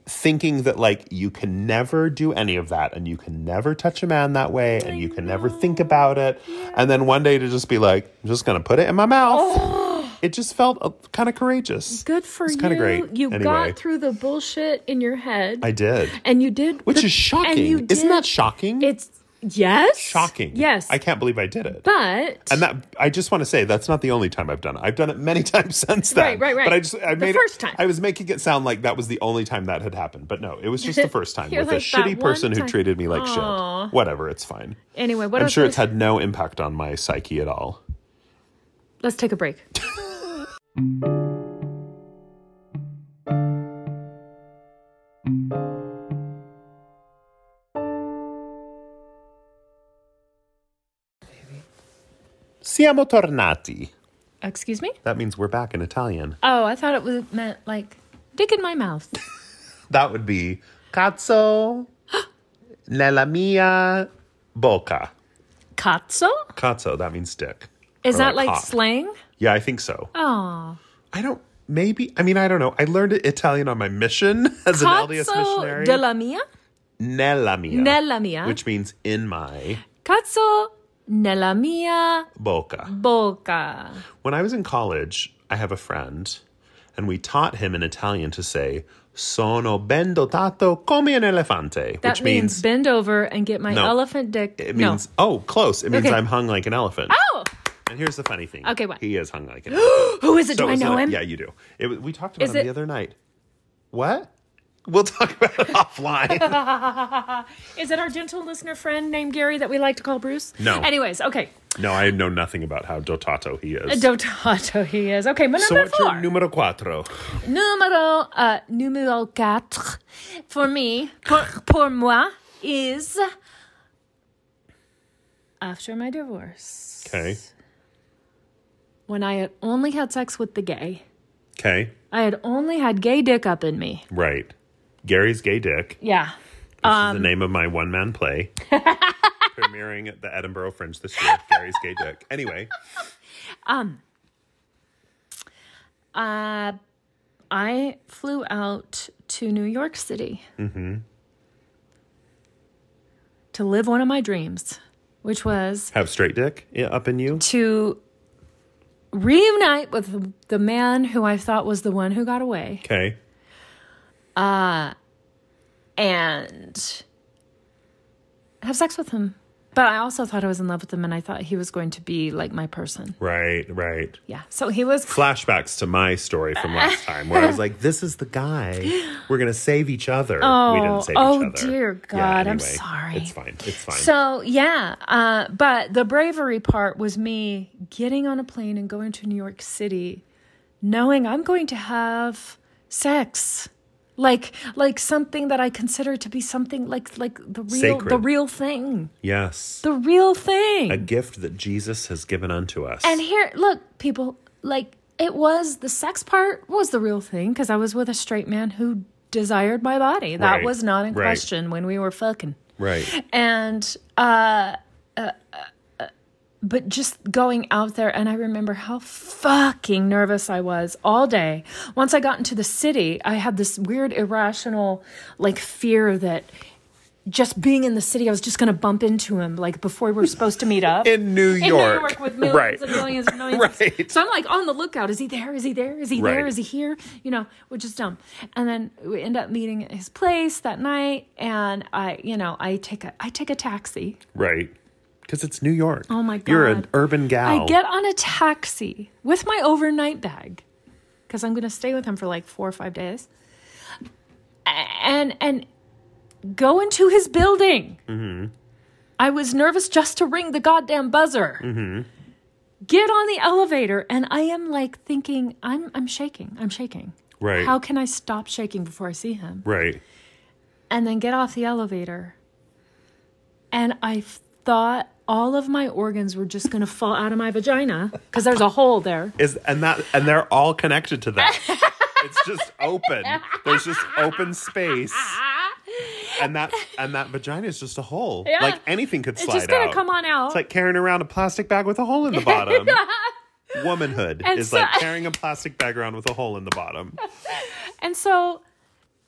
Speaker 3: thinking that like you can never do any of that and you can never touch a man that way and you can never think about it and then one day to just be like I'm just going to put it in my mouth. It just felt uh, kind of courageous.
Speaker 1: Oh. Good for
Speaker 3: It's
Speaker 1: you.
Speaker 3: kinda great.
Speaker 1: You
Speaker 3: Anyway.
Speaker 1: got through the bullshit in your head.
Speaker 3: I did.
Speaker 1: and you did
Speaker 3: Which
Speaker 1: the-
Speaker 3: is shocking.
Speaker 1: and you
Speaker 3: Isn't
Speaker 1: did-
Speaker 3: that shocking?
Speaker 1: It's yes.
Speaker 3: shocking.
Speaker 1: Yes.
Speaker 3: I can't believe I did it.
Speaker 1: but
Speaker 3: and that I just want to say that's not the only time I've done it. I've done it many *laughs* times since
Speaker 1: Right,
Speaker 3: then.
Speaker 1: right, right.
Speaker 3: But I just I
Speaker 1: The
Speaker 3: made it-
Speaker 1: first time.
Speaker 3: I was making it sound like that was the only time that had happened, but no, it was
Speaker 1: *laughs*
Speaker 3: just the first time
Speaker 1: You're
Speaker 3: with a
Speaker 1: like, that
Speaker 3: shitty
Speaker 1: one
Speaker 3: person who
Speaker 1: time.
Speaker 3: treated me like
Speaker 1: Aw.
Speaker 3: shit. Whatever, it's fine.
Speaker 1: anyway, what
Speaker 3: I'm
Speaker 1: else
Speaker 3: sure it's
Speaker 1: was-
Speaker 3: had no impact on my psyche at all.
Speaker 1: Let's take a break.
Speaker 3: Siamo tornati.
Speaker 1: Excuse me?
Speaker 3: That means we're back in Italian.
Speaker 1: Oh, I thought it was meant like dick in my
Speaker 3: *laughs*
Speaker 1: mouth.
Speaker 3: That would be
Speaker 1: *gasps*
Speaker 3: cazzo nella mia bocca.
Speaker 1: Cazzo?
Speaker 3: Cazzo, that means dick.
Speaker 1: Is
Speaker 3: Or
Speaker 1: that like
Speaker 3: cock.
Speaker 1: slang?
Speaker 3: Yeah, I think so.
Speaker 1: Oh.
Speaker 3: I don't. Maybe I mean I don't know. I learned Italian on my mission *laughs* as an LDS
Speaker 1: Cazzo
Speaker 3: missionary.
Speaker 1: della mia?
Speaker 3: nella mia,
Speaker 1: Nella mia.
Speaker 3: which means in my
Speaker 1: Cazzo nella mia
Speaker 3: boca.
Speaker 1: bocca.
Speaker 3: When I was in college, I have a friend, and we taught him in Italian to say "Sono ben dotato come un elefante,"
Speaker 1: That
Speaker 3: which means,
Speaker 1: bend over and get my
Speaker 3: No.
Speaker 1: elephant dick.
Speaker 3: it means oh, close. It means
Speaker 1: Okay.
Speaker 3: I'm hung like an elephant.
Speaker 1: no. Oh!
Speaker 3: And here's the funny thing.
Speaker 1: Okay, what?
Speaker 3: He is hung
Speaker 1: *gasps*
Speaker 3: like an elephant.
Speaker 1: Oh, who is it?
Speaker 3: So
Speaker 1: Do I
Speaker 3: it's
Speaker 1: know
Speaker 3: not-
Speaker 1: him?
Speaker 3: Yeah, you do. It, was- we talked about
Speaker 1: Is
Speaker 3: him
Speaker 1: it-
Speaker 3: the other night. What? We'll talk about it *laughs* offline.
Speaker 1: Is it our gentle listener friend named Gary that we like to call Bruce?
Speaker 3: No.
Speaker 1: Anyways, okay.
Speaker 3: No, I know nothing about how dotato he is.
Speaker 1: *laughs* Dotato he is. Okay, my
Speaker 3: so
Speaker 1: number
Speaker 3: what's
Speaker 1: four.
Speaker 3: your numero cuatro?
Speaker 1: numero uh, numero quatre for me pour, pour moi is after my divorce
Speaker 3: Okay.
Speaker 1: when I had only had sex with the gay.
Speaker 3: Okay.
Speaker 1: I had only had gay dick up in me.
Speaker 3: Right. Gary's Gay Dick.
Speaker 1: Yeah. Um, *laughs*
Speaker 3: This is the name of my one man play. premiering at the Edinburgh Fringe this year. Gary's gay dick. Anyway,
Speaker 1: Uh, I flew out to New York City to live one of my dreams, which was
Speaker 3: have straight dick yeah, up in you.
Speaker 1: to reunite with the man who I thought was the one who got away.
Speaker 3: Okay.
Speaker 1: and have sex with him. But I also thought I was in love with him and I thought he was going to be like my person.
Speaker 3: Right, right.
Speaker 1: Yeah. So he was
Speaker 3: Flashbacks to my story from
Speaker 1: *laughs*
Speaker 3: last time where I was like, this is the guy. We're going to save each other. we
Speaker 1: Oh,
Speaker 3: didn't save
Speaker 1: oh,
Speaker 3: each other.
Speaker 1: dear God, I'm sorry.
Speaker 3: It's fine. It's fine.
Speaker 1: so yeah, uh, but the bravery part was me getting on a plane and going to New York City, knowing I'm going to have sex, like like something that I consider to be something like like the real the
Speaker 3: Sacred.
Speaker 1: real thing,
Speaker 3: yes.
Speaker 1: the real thing.
Speaker 3: a gift that Jesus has given unto us.
Speaker 1: And here, look, people, like it was the sex part was the real thing because I was with a straight man who desired my body. That
Speaker 3: Right,
Speaker 1: was not in
Speaker 3: right.
Speaker 1: question when we were fucking.
Speaker 3: right.
Speaker 1: And uh, uh, uh, uh, but just going out there, and I remember how fucking nervous I was all day. Once I got into the city, I had this weird irrational like fear that. Just being in the city, I was just going to bump into him like before we were supposed to meet up
Speaker 3: In New
Speaker 1: *laughs*
Speaker 3: York.
Speaker 1: in New York with millions
Speaker 3: right.
Speaker 1: and millions and millions. of-
Speaker 3: *laughs* Right.
Speaker 1: So I'm like on the lookout. Is he there? Is he there? Is he there?
Speaker 3: Right.
Speaker 1: Is he here? You know, which is dumb. And then we end up meeting at his place that night, and I, you know, I take a I take a taxi.
Speaker 3: Right. Because it's New York. Oh
Speaker 1: my
Speaker 3: You're an
Speaker 1: God.
Speaker 3: urban gal.
Speaker 1: I get on a taxi with my overnight bag because I'm going to stay with him for like four or five days, A- and and go into his building. I was nervous just to ring the goddamn buzzer. Get on the elevator, and I am like thinking, I'm I'm shaking, I'm shaking.
Speaker 3: Right.
Speaker 1: How can I stop shaking before I see him?
Speaker 3: Right.
Speaker 1: and then get off the elevator. And I f- thought all of my organs were just going to fall out of my vagina because there's a hole there.
Speaker 3: Is and that and they're all connected
Speaker 1: *laughs*
Speaker 3: to that. it's just open. There's just open space. Ah. And that and that vagina is just a hole.
Speaker 1: Yeah.
Speaker 3: Like anything could
Speaker 1: It's
Speaker 3: slide
Speaker 1: just going
Speaker 3: out.
Speaker 1: to come on out.
Speaker 3: It's like carrying around a plastic bag with a hole
Speaker 1: *laughs*
Speaker 3: in the bottom. Womanhood
Speaker 1: And
Speaker 3: is
Speaker 1: so-
Speaker 3: like carrying a plastic bag around with a hole in the bottom.
Speaker 1: and so,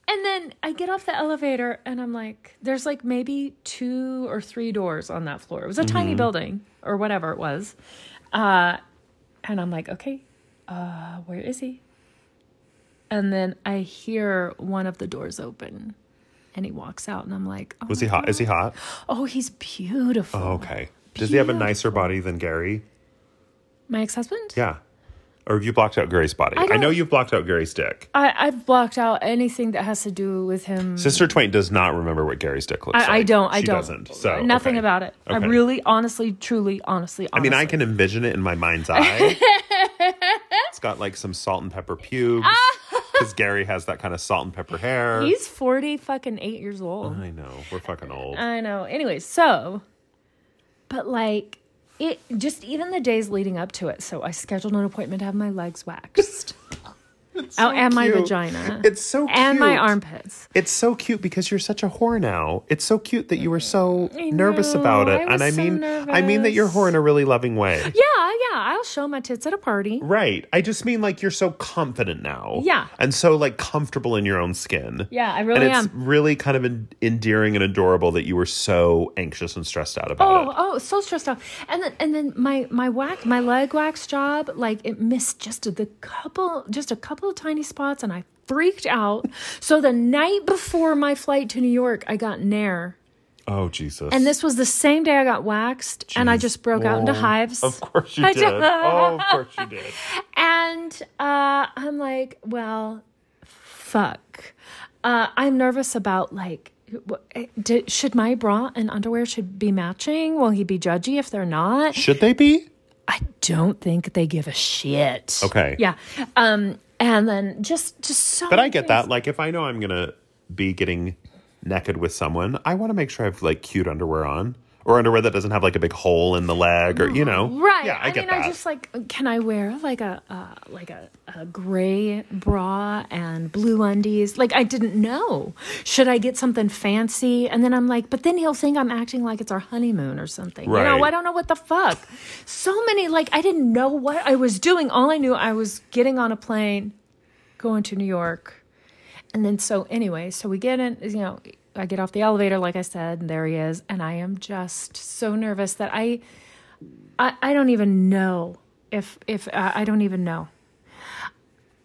Speaker 1: and then I get off the elevator and I'm like, there's like maybe two or three doors on that floor. It
Speaker 3: Mm-hmm.
Speaker 1: was a tiny building or whatever it was. Uh, and I'm like, okay, uh, where is he? And then I hear one of the doors open and he walks out and I'm like, oh
Speaker 3: Was he
Speaker 1: my
Speaker 3: hot? Is
Speaker 1: *gasps*
Speaker 3: he hot?
Speaker 1: Oh, he's beautiful.
Speaker 3: Okay. Does he have a nicer body than Gary?
Speaker 1: My ex husband?
Speaker 3: Yeah. Or have you blocked out Gary's body? I,
Speaker 1: don't-
Speaker 3: know you've blocked out Gary's dick.
Speaker 1: I, I've blocked out anything that has to do with him.
Speaker 3: Sister Twain does not remember what Gary's dick looks like.
Speaker 1: I, I don't. I
Speaker 3: She
Speaker 1: don't.
Speaker 3: doesn't. So
Speaker 1: Nothing
Speaker 3: okay.
Speaker 1: about it. I
Speaker 3: Okay.
Speaker 1: really, honestly, truly, honestly, honestly.
Speaker 3: I mean, I can envision it in
Speaker 1: *laughs*
Speaker 3: my mind's eye. it's got like some salt and pepper pubes because Gary has that kind of salt and pepper hair.
Speaker 1: Ah! He's 40 fucking eight years old.
Speaker 3: I know we're fucking old.
Speaker 1: I know. Anyway, so, but like, it just even the days leading up to it. So I scheduled an appointment to have my legs
Speaker 3: *laughs*
Speaker 1: waxed. oh, and my
Speaker 3: cute.
Speaker 1: vagina.
Speaker 3: It's so cute.
Speaker 1: and my armpits.
Speaker 3: It's so cute because you're such a whore now. It's so cute that you were so nervous about
Speaker 1: know,
Speaker 3: it,
Speaker 1: I
Speaker 3: and
Speaker 1: was
Speaker 3: I
Speaker 1: so
Speaker 3: mean, I mean that you're a whore in a really loving way.
Speaker 1: Yeah, yeah. I'll show my tits at a party.
Speaker 3: Right. I just mean like you're so confident now.
Speaker 1: Yeah.
Speaker 3: And so like comfortable in your own skin.
Speaker 1: Yeah, I really
Speaker 3: and it's
Speaker 1: am.
Speaker 3: really kind of en- endearing and adorable that you were so anxious and stressed out about
Speaker 1: Oh,
Speaker 3: it.
Speaker 1: oh, so stressed out. And then and then my my whack my leg wax job, like it missed just the couple just a couple of tiny spots and I freaked out. so the night before my flight to New York, I got Nair.
Speaker 3: Oh, Jesus.
Speaker 1: And this was the same day I got waxed and I just broke out into hives.
Speaker 3: Of course you
Speaker 1: I
Speaker 3: did.
Speaker 1: did.
Speaker 3: oh, of course you
Speaker 1: *laughs*
Speaker 3: did.
Speaker 1: And uh, I'm like, well, fuck. Uh, I'm nervous about like, wh- d- should my bra and underwear should be matching? Will he be judgy if they're not?
Speaker 3: Should they be?
Speaker 1: I don't think they give a shit.
Speaker 3: Okay.
Speaker 1: Yeah. Um. And then just just so.
Speaker 3: But I get that. Like if I know I'm going to be getting naked with someone, I want to make sure I have like cute underwear on or underwear that doesn't have like a big hole in the leg or you know
Speaker 1: Right.
Speaker 3: yeah i, get
Speaker 1: mean,
Speaker 3: that
Speaker 1: I just like, can I wear like a uh, like a, a gray bra and blue undies? Like, I didn't know. Should I get something fancy? And then I'm like, but then he'll think I'm acting like it's our honeymoon or something. You
Speaker 3: Right.
Speaker 1: know, I don't know what the fuck. So many like, I didn't know what I was doing. All I knew I was getting on a plane, going to New York. And then so anyway, so we get in, you know, I get off the elevator, like I said, and there he is, and I am just so nervous that I, I, I don't even know if if uh, I don't even know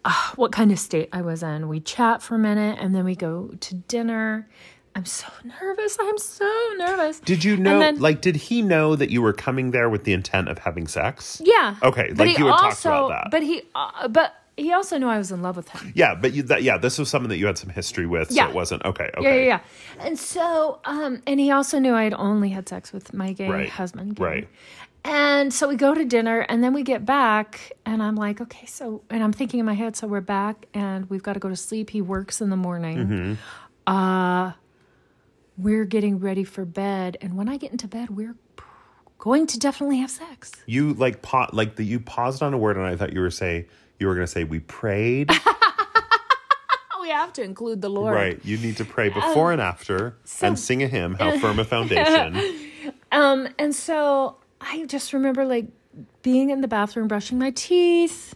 Speaker 1: uh, what kind of state I was in. We chat for a minute, and then we go to dinner. I'm so nervous. I'm so nervous.
Speaker 3: did you know
Speaker 1: then-
Speaker 3: like did he know that you were coming there with the intent of having sex
Speaker 1: Yeah.
Speaker 3: Okay, like you had talked about that.
Speaker 1: But he, uh, but he also knew I was in love with him.
Speaker 3: yeah but you that yeah this was something that you had some history with so
Speaker 1: Yeah.
Speaker 3: it wasn't okay
Speaker 1: Yeah,
Speaker 3: okay
Speaker 1: yeah, yeah. And so, um, and he also knew I had only had sex with my gay
Speaker 3: Right.
Speaker 1: husband.
Speaker 3: Right.
Speaker 1: And so we go to dinner and then we get back and I'm like, okay, so, and I'm thinking in my head, so we're back and we've got to go to sleep. He works in the morning.
Speaker 3: Mm-hmm.
Speaker 1: Uh, we're getting ready for bed. And when I get into bed, we're going to definitely have sex.
Speaker 3: you like pa- like the you paused on a word and i thought you were say you were going to say
Speaker 1: *laughs*
Speaker 3: we prayed
Speaker 1: Oh, we have to include the Lord.
Speaker 3: right you need to pray before and after and sing a hymn how firm
Speaker 1: *laughs*
Speaker 3: a foundation
Speaker 1: Um, and so I just remember like being in the bathroom, brushing my teeth,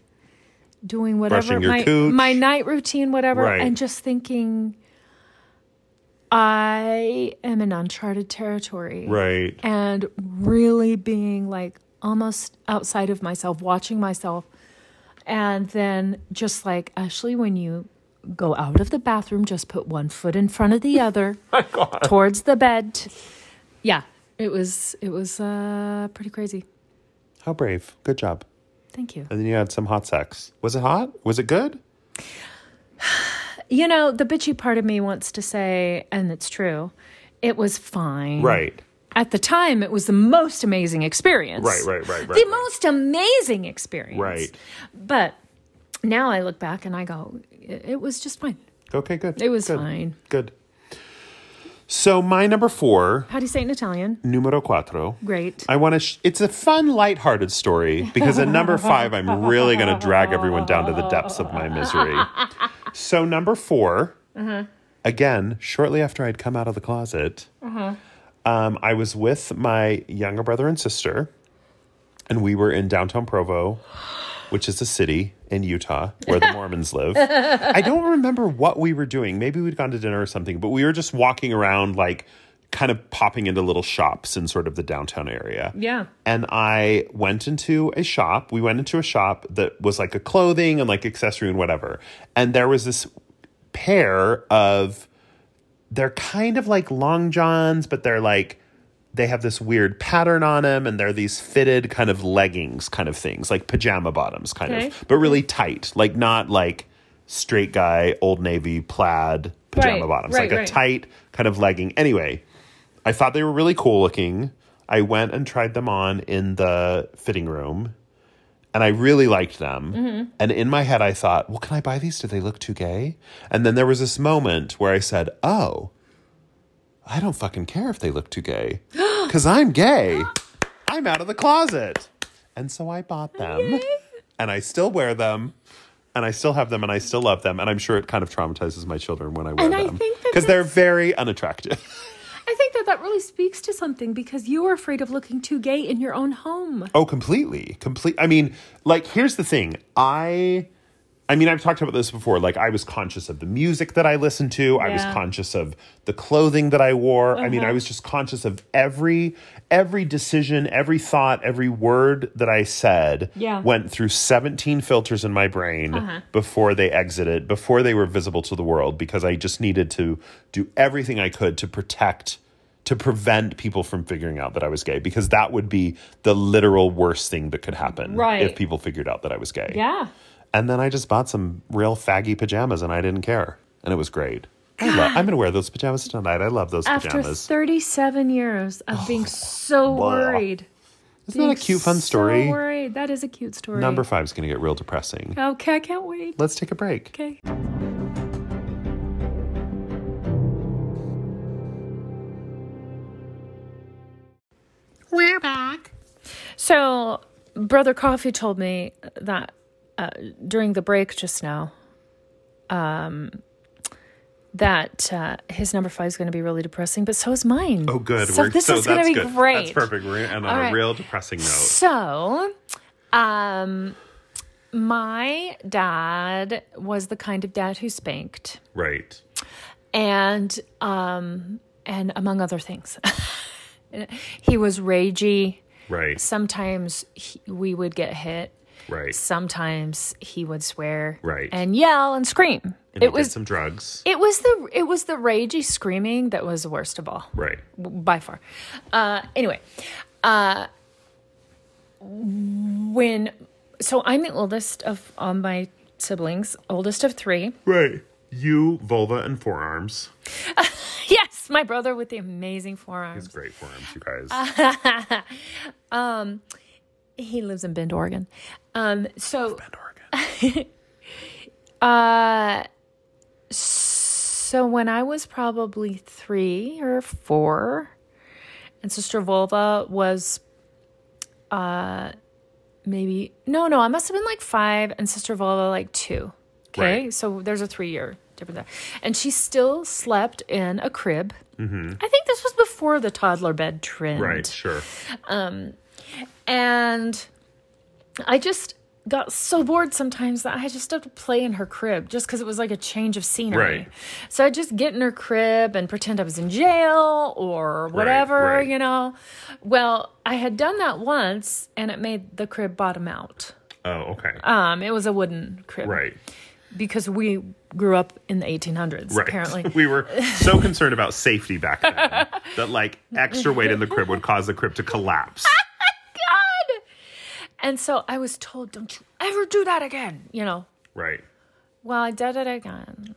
Speaker 1: doing whatever
Speaker 3: Brushing your
Speaker 1: my
Speaker 3: cooch.
Speaker 1: my night routine, whatever,
Speaker 3: Right.
Speaker 1: and just thinking, I am in uncharted territory,
Speaker 3: right
Speaker 1: and really being like almost outside of myself, watching myself, and then just like Ashley, when you go out of the bathroom, just put one foot in front of the other towards the bed. Yeah, it was it was uh, pretty crazy.
Speaker 3: how brave good job
Speaker 1: Thank you.
Speaker 3: and then you had some hot sex was it hot was it good
Speaker 1: Mm-hmm. You know, the bitchy part of me wants to say, and it's true, it was fine.
Speaker 3: right
Speaker 1: At the time, it was the most amazing experience.
Speaker 3: Right, right, right, right,
Speaker 1: The
Speaker 3: right.
Speaker 1: most amazing experience.
Speaker 3: Right.
Speaker 1: But now I look back and I go, it it was just fine.
Speaker 3: okay good
Speaker 1: It was
Speaker 3: Good.
Speaker 1: fine.
Speaker 3: good so my number four
Speaker 1: How do you say it in Italian?
Speaker 3: numero cuatro
Speaker 1: Great.
Speaker 3: I want to. Sh- it's a fun, lighthearted story because at number five, I'm really going to drag everyone down to the depths of my misery. So number 4 again, shortly after I'd come out of the closet, um, I was with my younger brother and sister, and we were in downtown Provo, which is a city in Utah where the Mormons live. I don't remember what we were doing. Maybe we'd gone to dinner or something, but we were just walking around, like kind of popping into little shops in sort of the downtown area.
Speaker 1: Yeah.
Speaker 3: And I went into a shop. We went into a shop that was like a clothing and like accessory and whatever. And there was this pair of they're kind of like long johns, but they're like they have this weird pattern on them and they're these fitted kind of leggings kind of things, like pajama bottoms kind
Speaker 1: Okay.
Speaker 3: of, but really tight, like not like straight guy old navy plaid pajama
Speaker 1: Right,
Speaker 3: bottoms,
Speaker 1: right,
Speaker 3: like a
Speaker 1: right.
Speaker 3: tight kind of legging. Anyway, I thought they were really cool looking. I went and tried them on in the fitting room and I really liked them.
Speaker 1: Mm-hmm.
Speaker 3: And in my head, I thought, well, can I buy these? Do they look too gay? And then there was this moment where I said, oh, I don't fucking care if they look
Speaker 1: *gasps*
Speaker 3: too gay because I'm gay. I'm out of the closet. And so I bought them and I still wear them. And I still have them, and I still love them, and I'm sure it kind of traumatizes my children when I wear
Speaker 1: And I
Speaker 3: them
Speaker 1: think that
Speaker 3: because they're very unattractive.
Speaker 1: I think that that really speaks to something because you were afraid of looking too gay in your own home.
Speaker 3: Oh, completely. Complete. I mean, like, here's the thing. I, I mean, I've talked about this before. Like, I was conscious of the music that I listened to. I was
Speaker 1: Yeah.
Speaker 3: conscious of the clothing that I wore. I
Speaker 1: Uh-huh.
Speaker 3: mean, I was just conscious of every, every decision, every thought, every word that I said.
Speaker 1: Yeah. Uh-huh.
Speaker 3: Went through 17 filters in my brain before they exited, before they were visible to the world, because I just needed to do everything I could to protect to prevent people from figuring out that I was gay because that would be the literal worst thing that could happen
Speaker 1: Right.
Speaker 3: if people figured out that I was gay.
Speaker 1: Yeah.
Speaker 3: And then I just bought some real faggy pajamas and I didn't care. And it was great. I love, I'm going to wear those pajamas tonight. I love those
Speaker 1: After
Speaker 3: pajamas. Oh,
Speaker 1: 37 years of being so
Speaker 3: blah.
Speaker 1: worried.
Speaker 3: Isn't that a
Speaker 1: Being
Speaker 3: cute, fun
Speaker 1: so
Speaker 3: story?
Speaker 1: worried. That is a cute story.
Speaker 3: Number five is going to get real depressing.
Speaker 1: Okay, I can't wait.
Speaker 3: Let's take a break.
Speaker 1: Okay.
Speaker 4: We're back.
Speaker 1: So, Brother Coffee told me that uh, during the break just now, um, that uh, his number five is going to be really depressing, but so is mine.
Speaker 3: Oh, good.
Speaker 1: So
Speaker 3: We're-
Speaker 1: this is going
Speaker 3: that's
Speaker 1: to be
Speaker 3: good.
Speaker 1: great.
Speaker 3: That's perfect. We're and on
Speaker 1: All
Speaker 3: a
Speaker 1: right.
Speaker 3: real depressing note.
Speaker 1: So, um, my dad was the kind of dad who spanked,
Speaker 3: Right.
Speaker 1: and um, and among other things, *laughs* he was ragey.
Speaker 3: Right.
Speaker 1: Sometimes he, we would get hit.
Speaker 3: Right.
Speaker 1: Sometimes he would swear,
Speaker 3: Right.
Speaker 1: and yell and scream.
Speaker 3: And
Speaker 1: it was
Speaker 3: some drugs.
Speaker 1: it was the it was the ragey screaming that was the worst of all
Speaker 3: Right.
Speaker 1: by far. Uh, anyway, uh, when so I'm the oldest of all my siblings, oldest of three. *laughs*
Speaker 3: Right. You, vulva, and forearms.
Speaker 1: Yes, my brother with the amazing forearms.
Speaker 3: It's great forearms, you guys.
Speaker 1: He lives in Bend, Oregon. Um, so
Speaker 3: And Oregon.
Speaker 1: *laughs* Uh, so when I was probably three or four, and Sister Volva was, uh, maybe no, no, I must have been like five, and Sister Volva like two. Okay,
Speaker 3: Right.
Speaker 1: so there's a three year difference there, and she still slept in a crib. I think this was before the toddler bed trend,
Speaker 3: Mm-hmm. Right. Sure.
Speaker 1: and I just got so bored sometimes that I just had to play in her crib just because it was like a change of scenery.
Speaker 3: Right.
Speaker 1: So I'd just get in her crib and pretend I was in jail or whatever,
Speaker 3: right.
Speaker 1: you know. Well, I had done that once and it made the crib bottom out.
Speaker 3: Oh, okay.
Speaker 1: Um, it was a wooden crib.
Speaker 3: right.
Speaker 1: Because we grew up in the 1800s,
Speaker 3: Right.
Speaker 1: apparently. *laughs*
Speaker 3: *laughs* we were so concerned about safety back then that like extra weight in the crib would cause the crib
Speaker 1: *laughs*
Speaker 3: to collapse.
Speaker 1: God! And so I was told, don't you ever do that again, you know.
Speaker 3: Right.
Speaker 1: Well, I did it again.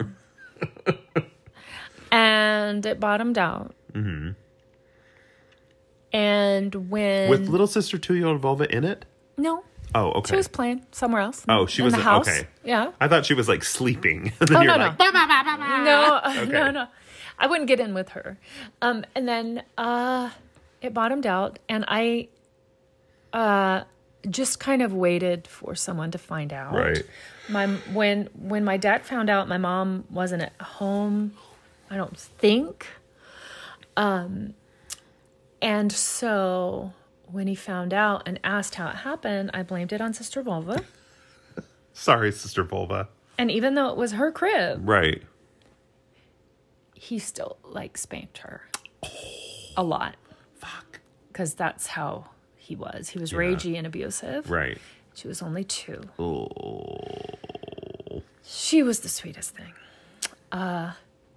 Speaker 1: and it bottomed out. Mm-hmm. And when.
Speaker 3: With little sister two year old vulva in it?
Speaker 1: no,
Speaker 3: Oh, okay.
Speaker 1: she was playing somewhere else.
Speaker 3: Oh, she
Speaker 1: in
Speaker 3: was-
Speaker 1: the house.
Speaker 3: okay.
Speaker 1: Yeah.
Speaker 3: I thought she was like sleeping. *laughs* and then
Speaker 1: Oh,
Speaker 3: you're
Speaker 1: no,
Speaker 3: like,
Speaker 1: no.
Speaker 4: Ba ba ba ba
Speaker 3: *laughs*
Speaker 4: ba.
Speaker 1: No, *laughs*
Speaker 3: Okay.
Speaker 1: no, no. I wouldn't get in with her. Um, and then uh, it bottomed out, and I uh, just kind of waited for someone to find out.
Speaker 3: Right.
Speaker 1: My when when my dad found out my mom wasn't at home, I don't think. Um, and so when he found out and asked how it happened, I blamed it on Sister Volva.
Speaker 3: Sorry, sister vulva.
Speaker 1: And even though it was her crib,
Speaker 3: Right.
Speaker 1: he still like spanked her a lot. Fuck. Because that's how he was. He was ragey and abusive.
Speaker 3: Right.
Speaker 1: She was only two.
Speaker 3: Oh.
Speaker 1: She was the sweetest thing. Uh,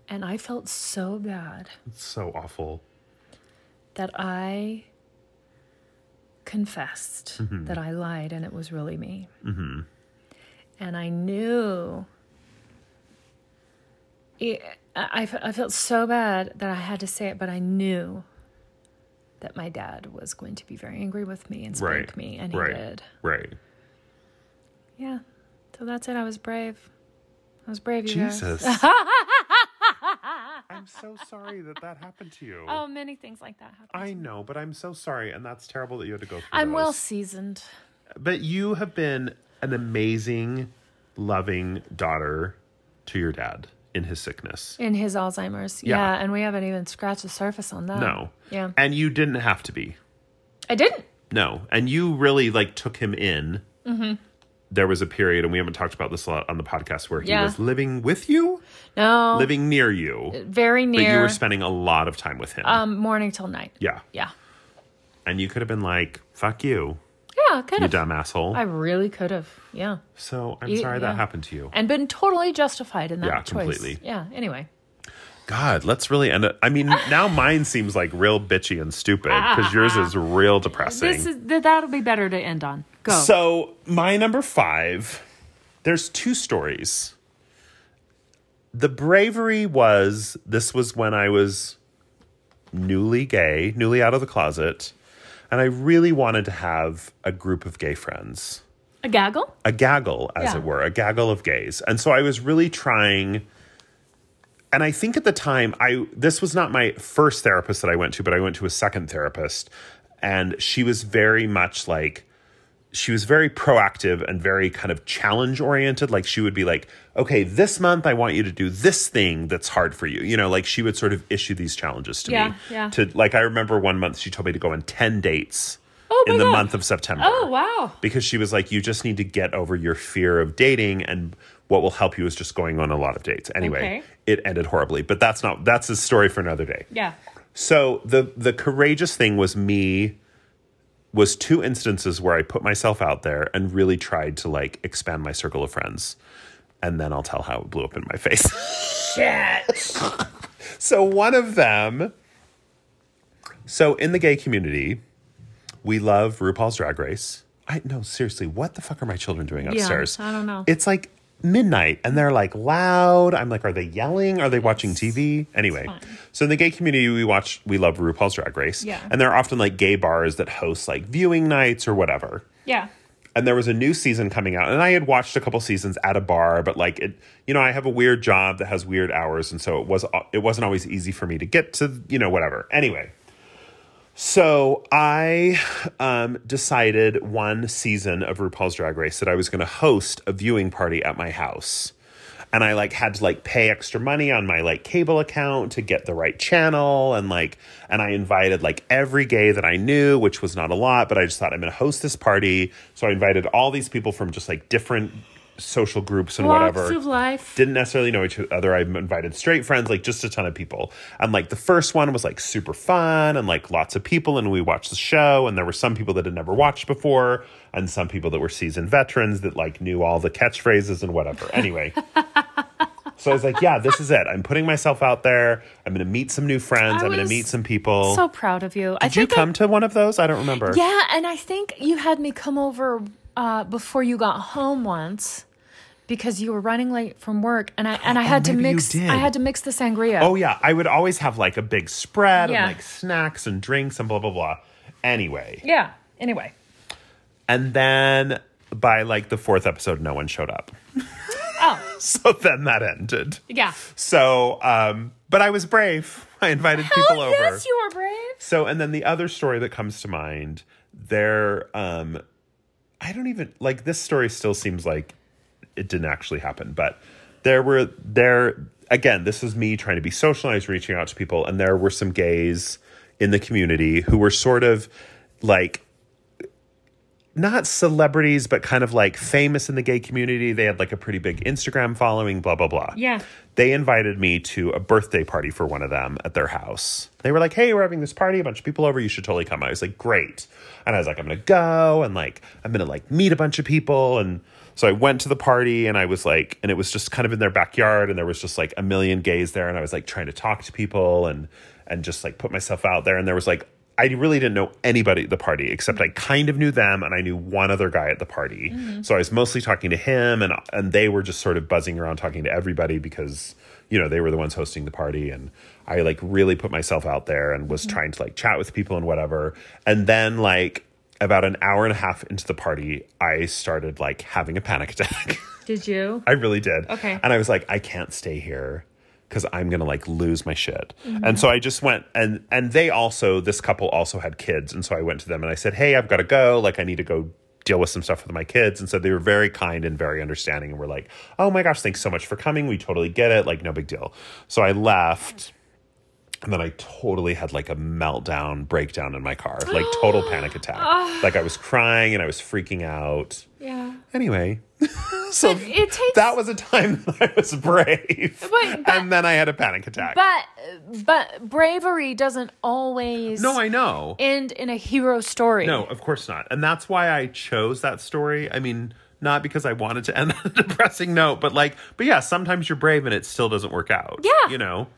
Speaker 1: and I felt so bad
Speaker 3: It's so awful.
Speaker 1: that I confessed
Speaker 3: Mm-hmm.
Speaker 1: that I lied and it was really me. And I knew. It, I, I felt so bad that I had to say it, but I knew that my dad was going to be very angry with me and
Speaker 3: Right.
Speaker 1: spank me, and he
Speaker 3: right.
Speaker 1: did.
Speaker 3: Right.
Speaker 1: Yeah. So that's it. I was brave. I was brave, you guys.
Speaker 3: Jesus.
Speaker 1: *laughs*
Speaker 3: I'm so sorry that that happened to you.
Speaker 1: Oh, many things like that happen.
Speaker 3: I know, but I'm so sorry, and that's terrible that you had to go through.
Speaker 1: I'm well
Speaker 3: those.
Speaker 1: seasoned.
Speaker 3: but you have been an amazing, loving daughter to your dad in his sickness.
Speaker 1: In his Alzheimer's.
Speaker 3: Yeah.
Speaker 1: Yeah. and we haven't even scratched the surface on that.
Speaker 3: No,
Speaker 1: Yeah.
Speaker 3: and you didn't have to be.
Speaker 1: I didn't.
Speaker 3: No, and you really like took him in.
Speaker 1: Mm-hmm.
Speaker 3: There was a period, and we haven't talked about this a lot on the podcast, where he
Speaker 1: Yeah.
Speaker 3: was living with you,
Speaker 1: No.
Speaker 3: living near you,
Speaker 1: very
Speaker 3: but you
Speaker 1: near
Speaker 3: were spending a lot of time with him.
Speaker 1: um, morning till night.
Speaker 3: yeah,
Speaker 1: Yeah.
Speaker 3: and you could have been like, "Fuck you,
Speaker 1: Yeah, could *laughs*
Speaker 3: you
Speaker 1: have.
Speaker 3: dumb asshole."
Speaker 1: I really could have. Yeah.
Speaker 3: so I'm
Speaker 1: You-
Speaker 3: sorry that
Speaker 1: yeah.
Speaker 3: happened to you.
Speaker 1: And been totally justified in that
Speaker 3: Yeah,
Speaker 1: choice.
Speaker 3: completely.
Speaker 1: Yeah. Anyway.
Speaker 3: God, let's really end it.
Speaker 1: *laughs*
Speaker 3: I mean, now mine seems like real bitchy and stupid because
Speaker 1: *laughs*
Speaker 3: yours is real depressing.
Speaker 1: This is th- that'll be better to end on. Go.
Speaker 3: So, my number five, there's two stories. The bravery was this was when I was newly gay, newly out of the closet, and I really wanted to have a group of gay friends
Speaker 1: a gaggle?
Speaker 3: a gaggle, as
Speaker 1: Yeah.
Speaker 3: it were, a gaggle of gays. And so I was really trying. And I think at the time, I this was not my first therapist that I went to, but I went to a second therapist, And she was very much like, she was very proactive and very kind of challenge oriented. Like she would be like, okay, this month I want you to do this thing that's hard for you. You know, like she would sort of issue these challenges to
Speaker 1: Yeah,
Speaker 3: me.
Speaker 1: yeah.
Speaker 3: To like, I remember one month she told me to go on 10 dates
Speaker 1: Oh,
Speaker 3: in
Speaker 1: my
Speaker 3: the
Speaker 1: God.
Speaker 3: month of September
Speaker 1: Oh, wow.
Speaker 3: because she was like, you just need to get over your fear of dating, and what will help you is just going on a lot of dates. Anyway,
Speaker 1: Okay.
Speaker 3: it ended horribly, but that's not that's a story for another day.
Speaker 1: Yeah.
Speaker 3: So the the courageous thing was me was two instances where I put myself out there and really tried to like expand my circle of friends. And then I'll tell how it blew up in my face. *laughs* so one of them so in the gay community, we love RuPaul's Drag Race. I no, seriously, what the fuck are my children doing upstairs?
Speaker 1: I don't know.
Speaker 3: It's like midnight and they're like loud. I'm like, are they yelling? Are they watching TV? Anyway. So in the gay community, we watch we love RuPaul's Drag Race.
Speaker 1: Yeah.
Speaker 3: And there are often like gay bars that host like viewing nights or whatever
Speaker 1: Yeah.
Speaker 3: and there was a new season coming out and i had watched a couple seasons at a bar but like it you know i have a weird job that has weird hours and so it was it wasn't always easy for me to get to you know whatever anyway so i um, decided one season of rupaul's drag race that i was going to host a viewing party at my house and I like had to like pay extra money on my like cable account to get the right channel and like and I invited like every gay that I knew, which was not a lot, but I just thought I'm gonna host this party. So I invited all these people from just like different social groups and
Speaker 1: Walks
Speaker 3: whatever
Speaker 1: of life.
Speaker 3: didn't necessarily know each other. I invited straight friends, like just a ton of people. And like the first one was like super fun and like lots of people. And we watched the show, and there were some people that had never watched before, and some people that were seasoned veterans that like knew all the catchphrases and whatever.
Speaker 1: *laughs*
Speaker 3: Anyway. So I was like, yeah, this is it. I'm putting myself out there. I'm going to meet some new friends.
Speaker 1: I
Speaker 3: I'm going to
Speaker 1: was
Speaker 3: meet some people.
Speaker 1: So proud of you. I
Speaker 3: Did you
Speaker 1: think I-
Speaker 3: come to one of those? I don't remember.
Speaker 1: yeah, and I think you had me come over uh, before you got home once because you were running late from work, and I and I had to
Speaker 3: Oh, maybe you
Speaker 1: mix.
Speaker 3: did.
Speaker 1: I had to mix the sangria.
Speaker 3: Oh yeah, I would always have like a big spread
Speaker 1: Yeah.
Speaker 3: and like snacks and drinks and blah blah blah. Anyway,
Speaker 1: yeah. Anyway,
Speaker 3: And then by like the fourth episode, no one showed up. *laughs*
Speaker 1: oh
Speaker 3: So then that ended.
Speaker 1: yeah.
Speaker 3: So, um, but I was brave. I invited people over.
Speaker 1: Oh, yes, you were brave.
Speaker 3: So, and then the other story that comes to mind, there, um, I don't even like this story still seems like it didn't actually happen, but there were there again, this is me trying to be socialized, reaching out to people, and there were some gays in the community who were sort of like not celebrities, but kind of like famous in the gay community. They had like a pretty big Instagram following, blah, blah, blah
Speaker 1: Yeah.
Speaker 3: they invited me to a birthday party for one of them at their house. They were like, "Hey, we're having this party, a bunch of people over. You should totally come." I was like, "Great!" And I was like, "I'm gonna go and like I'm gonna like meet a bunch of people." And so I went to the party and I was like, and it was just kind of in their backyard, and there was just like a million gays there, and I was like trying to talk to people and and just like put myself out there, and there was like. I really didn't know anybody at the party except I kind of knew them and I knew one other guy at the party. So I was mostly talking to him and and they were just sort of buzzing around talking to everybody because you know they were the ones hosting the party and I like really put myself out there and was trying to like chat with people and whatever. And then like about an hour and a half into the party, I started like having a panic attack. *laughs*
Speaker 1: Did you?
Speaker 3: I really did.
Speaker 1: Okay.
Speaker 3: And I was like, I can't stay here because I'm gonna like lose my shit. And so I just went and and they also this couple also had kids, and so I went to them and I said, Hey, I've got to go. Like I need to go deal with some stuff with my kids. And so they were very kind and very understanding and were like, Oh my gosh, thanks so much for coming. We totally get it. Like no big deal. So I left. And then I totally had like a meltdown, breakdown in my car, like total panic attack. like I was crying and I was freaking out.
Speaker 1: Yeah. *laughs*
Speaker 3: Anyway, so
Speaker 1: it takes-
Speaker 3: that was a time *laughs* that I was brave,
Speaker 1: But- but-
Speaker 3: and then I had a panic attack.
Speaker 1: But but bravery doesn't always
Speaker 3: no, I know.
Speaker 1: end in a hero story.
Speaker 3: No, of course not. And that's why I chose that story. I mean, not because I wanted to end *laughs* on a depressing note, but like, but yeah, sometimes you're brave and it still doesn't work out.
Speaker 1: Yeah.
Speaker 3: you know.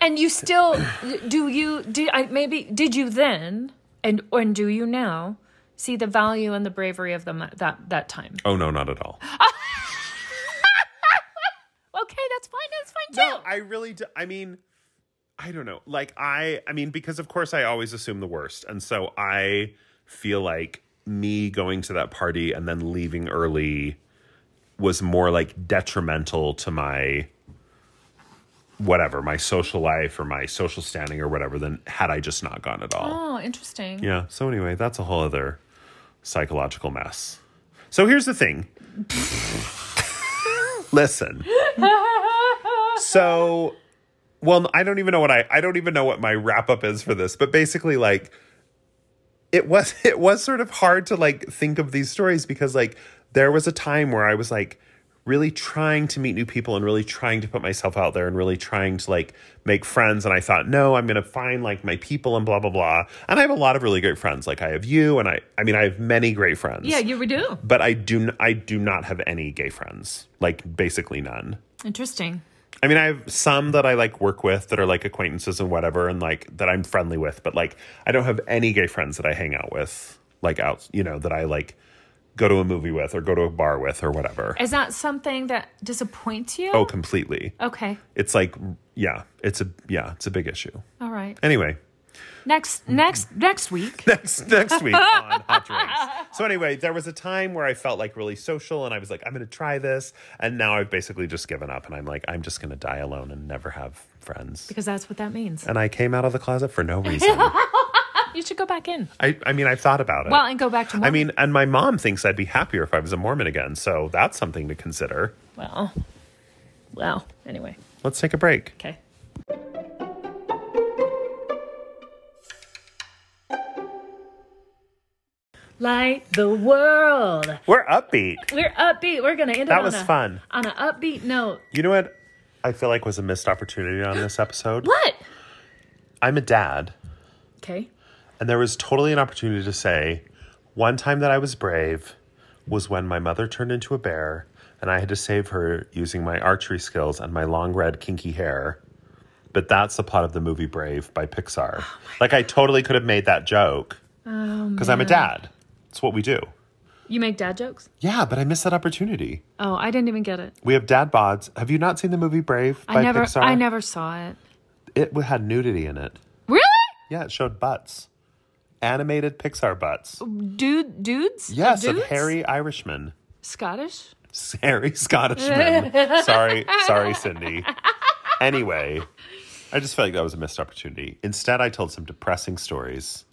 Speaker 1: And you still do you do I maybe did you then and and do you now see the value and the bravery of them at that that time?
Speaker 3: Oh no, not at all.
Speaker 1: Okay, that's fine. That's fine too.
Speaker 3: No, I really do. I mean, I don't know. Like, I, I mean, because of course I always assume the worst. And so I feel like me going to that party and then leaving early was more like detrimental to my whatever my social life or my social standing or whatever than had I just not gone at all.
Speaker 1: Oh, interesting.
Speaker 3: Yeah. So anyway, that's a whole other psychological mess. So here's the thing. Listen. So well, I don't even know what I I don't even know what my wrap up is for this, but basically like it was *laughs* it was sort of hard to like think of these stories because like there was a time where I was like really trying to meet new people and really trying to put myself out there and really trying to like make friends and I thought no I'm going to find like my people and blah blah blah and I have a lot of really great friends like I have you and I I mean I have many great
Speaker 1: *laughs*
Speaker 3: friends
Speaker 1: Yeah, you would do.
Speaker 3: but I do n- I do not have any gay friends like basically none
Speaker 1: Interesting.
Speaker 3: I mean, I have some that I like work with that are like acquaintances and whatever, and like that I'm friendly with, but like I don't have any gay friends that I hang out with, like out, you know, that I like go to a movie with or go to a bar with or whatever.
Speaker 1: Is that something that disappoints you?
Speaker 3: Oh, completely.
Speaker 1: Okay.
Speaker 3: It's like, yeah, it's a, yeah, it's a big issue.
Speaker 1: All right.
Speaker 3: Anyway, *laughs*
Speaker 1: Next, next, next week.
Speaker 3: next next week on Hot Drinks. So anyway, there was a time where I felt like really social, and I was like, I'm going to try this, and now I've basically just given up, and I'm like, I'm just going to die alone and never have friends.
Speaker 1: Because that's what that means.
Speaker 3: and I came out of the closet for no reason.
Speaker 1: You should go back in.
Speaker 3: I, I mean, I've thought about it.
Speaker 1: Well, and go back to
Speaker 3: I
Speaker 1: Mormon.
Speaker 3: mean, and my mom thinks I'd be happier if I was a Mormon again, so that's something to consider.
Speaker 1: well, well, anyway.
Speaker 3: Let's take a break.
Speaker 1: Okay. Light the world.
Speaker 3: We're upbeat.
Speaker 1: We're upbeat. We're gonna end it
Speaker 3: That
Speaker 1: on
Speaker 3: was
Speaker 1: a-
Speaker 3: fun.
Speaker 1: on an upbeat note.
Speaker 3: You know what? I feel like was a missed opportunity on this episode.
Speaker 1: What?
Speaker 3: I'm a dad,
Speaker 1: Okay.
Speaker 3: and there was totally an opportunity to say, one time that I was brave was when my mother turned into a bear, and I had to save her using my archery skills and my long red kinky hair. But that's the plot of the movie Brave by Pixar.
Speaker 1: Oh
Speaker 3: like I totally could have made that joke. because I'm a dad. It's what we do.
Speaker 1: You make dad jokes?
Speaker 3: Yeah, but I missed that opportunity.
Speaker 1: Oh, I didn't even get it.
Speaker 3: We have dad bods. Have you not seen the movie Brave by
Speaker 1: I never
Speaker 3: Pixar?
Speaker 1: I never saw it.
Speaker 3: It had nudity in it.
Speaker 1: Really?
Speaker 3: Yeah, it showed butts, animated Pixar butts.
Speaker 1: Dude dudes?
Speaker 3: Yes,
Speaker 1: Oh, dudes?
Speaker 3: of hairy Irishmen,
Speaker 1: Scottish? *laughs*
Speaker 3: hairy Scottishmen. sorry, sorry, Cindy. Anyway, I just felt like that was a missed opportunity. Instead, I told some depressing stories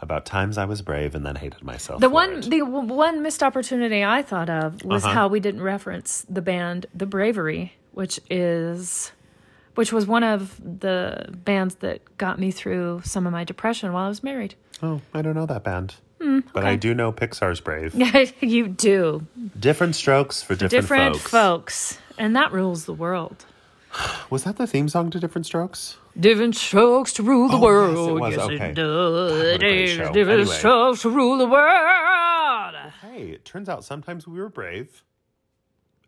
Speaker 3: about times I was brave and then hated myself.
Speaker 1: The
Speaker 3: for
Speaker 1: one
Speaker 3: it.
Speaker 1: the w- one missed opportunity I thought of was how we didn't reference the band The Bravery, which is which was one of the bands that got me through some of my depression while I was married.
Speaker 3: Oh, I don't know that band.
Speaker 1: Hmm,
Speaker 3: But I do know Pixar's Brave.
Speaker 1: you do.
Speaker 3: Different strokes for different,
Speaker 1: Different
Speaker 3: folks.
Speaker 1: folks. And that rules the world.
Speaker 3: Was that the theme song to Different Strokes?
Speaker 1: Different strokes to rule the
Speaker 3: Oh, yes, it
Speaker 1: world.
Speaker 3: was.
Speaker 1: Yes,
Speaker 3: Okay.
Speaker 1: it
Speaker 3: a
Speaker 1: does.
Speaker 3: great show.
Speaker 1: Different
Speaker 3: Anyway.
Speaker 1: strokes to rule the world.
Speaker 3: Hey, it turns out sometimes we were brave,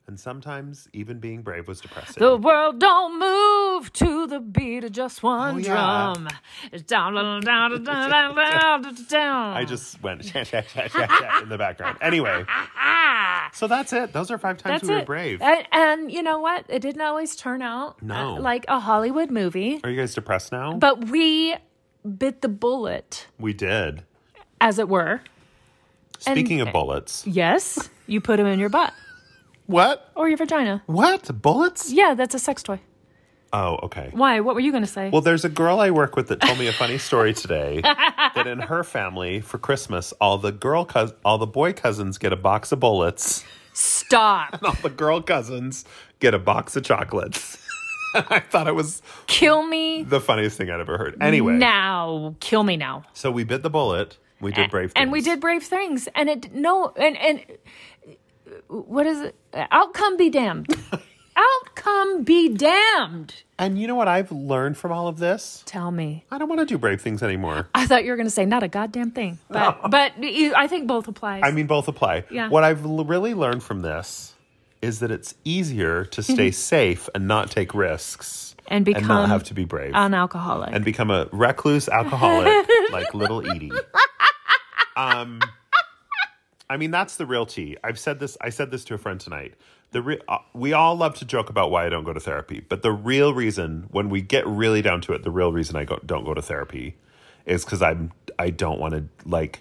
Speaker 3: and sometimes even being brave was depressing.
Speaker 1: The world don't move to the beat of just one
Speaker 3: Oh, yeah.
Speaker 1: drum. It's down, down, down, down, down, down, down, down, down.
Speaker 3: *laughs* I
Speaker 1: *laughs*
Speaker 3: just went shat, shat, shat, shat, shat in the background. Anyway, so that's it. Those are five times
Speaker 1: That's
Speaker 3: we were
Speaker 1: it.
Speaker 3: brave.
Speaker 1: And, and you know what? It didn't always turn out
Speaker 3: No.
Speaker 1: uh, like a Hollywood movie,
Speaker 3: Are you guys depressed now?
Speaker 1: but we bit the bullet,
Speaker 3: we did.
Speaker 1: as it were.
Speaker 3: Speaking of bullets,
Speaker 1: Yes, you put them in your butt
Speaker 3: what?
Speaker 1: or your vagina.
Speaker 3: What bullets?
Speaker 1: Yeah, that's a sex toy.
Speaker 3: Oh, okay.
Speaker 1: Why? What were you going to say?
Speaker 3: Well, there's a girl I work with that told me a funny story
Speaker 1: *laughs*
Speaker 3: today that in her family for Christmas, all the girl cous- all the boy cousins get a box of bullets, *laughs*
Speaker 1: Stop.
Speaker 3: all the girl cousins get a box of chocolates. *laughs* I thought it was
Speaker 1: Kill me
Speaker 3: the funniest thing I'd ever heard. Anyway,
Speaker 1: now. Kill me now.
Speaker 3: so we bit the bullet. We did brave things.
Speaker 1: and we did brave things and it no and and what is it outcome be
Speaker 3: *laughs*
Speaker 1: damned outcome be damned
Speaker 3: And you know what I've learned from all of this?
Speaker 1: tell me
Speaker 3: I don't want to do brave things anymore.
Speaker 1: i thought you were going to say not a goddamn
Speaker 3: *laughs*
Speaker 1: thing but but you, i think both applies
Speaker 3: I mean, both apply.
Speaker 1: Yeah.
Speaker 3: What I've l- really learned from this is that it's easier
Speaker 1: *laughs*
Speaker 3: to stay safe and not take risks
Speaker 1: and become
Speaker 3: and not have to be brave.
Speaker 1: an alcoholic
Speaker 3: and become a
Speaker 1: *laughs*
Speaker 3: recluse alcoholic like little Edie. Um, I mean that's the real tea. I've said this. I said this to a friend tonight. The re- uh, we all love to joke about why I don't go to therapy, but the real reason, when we get really down to it, the real reason I go, don't go to therapy is because I'm I don't want to like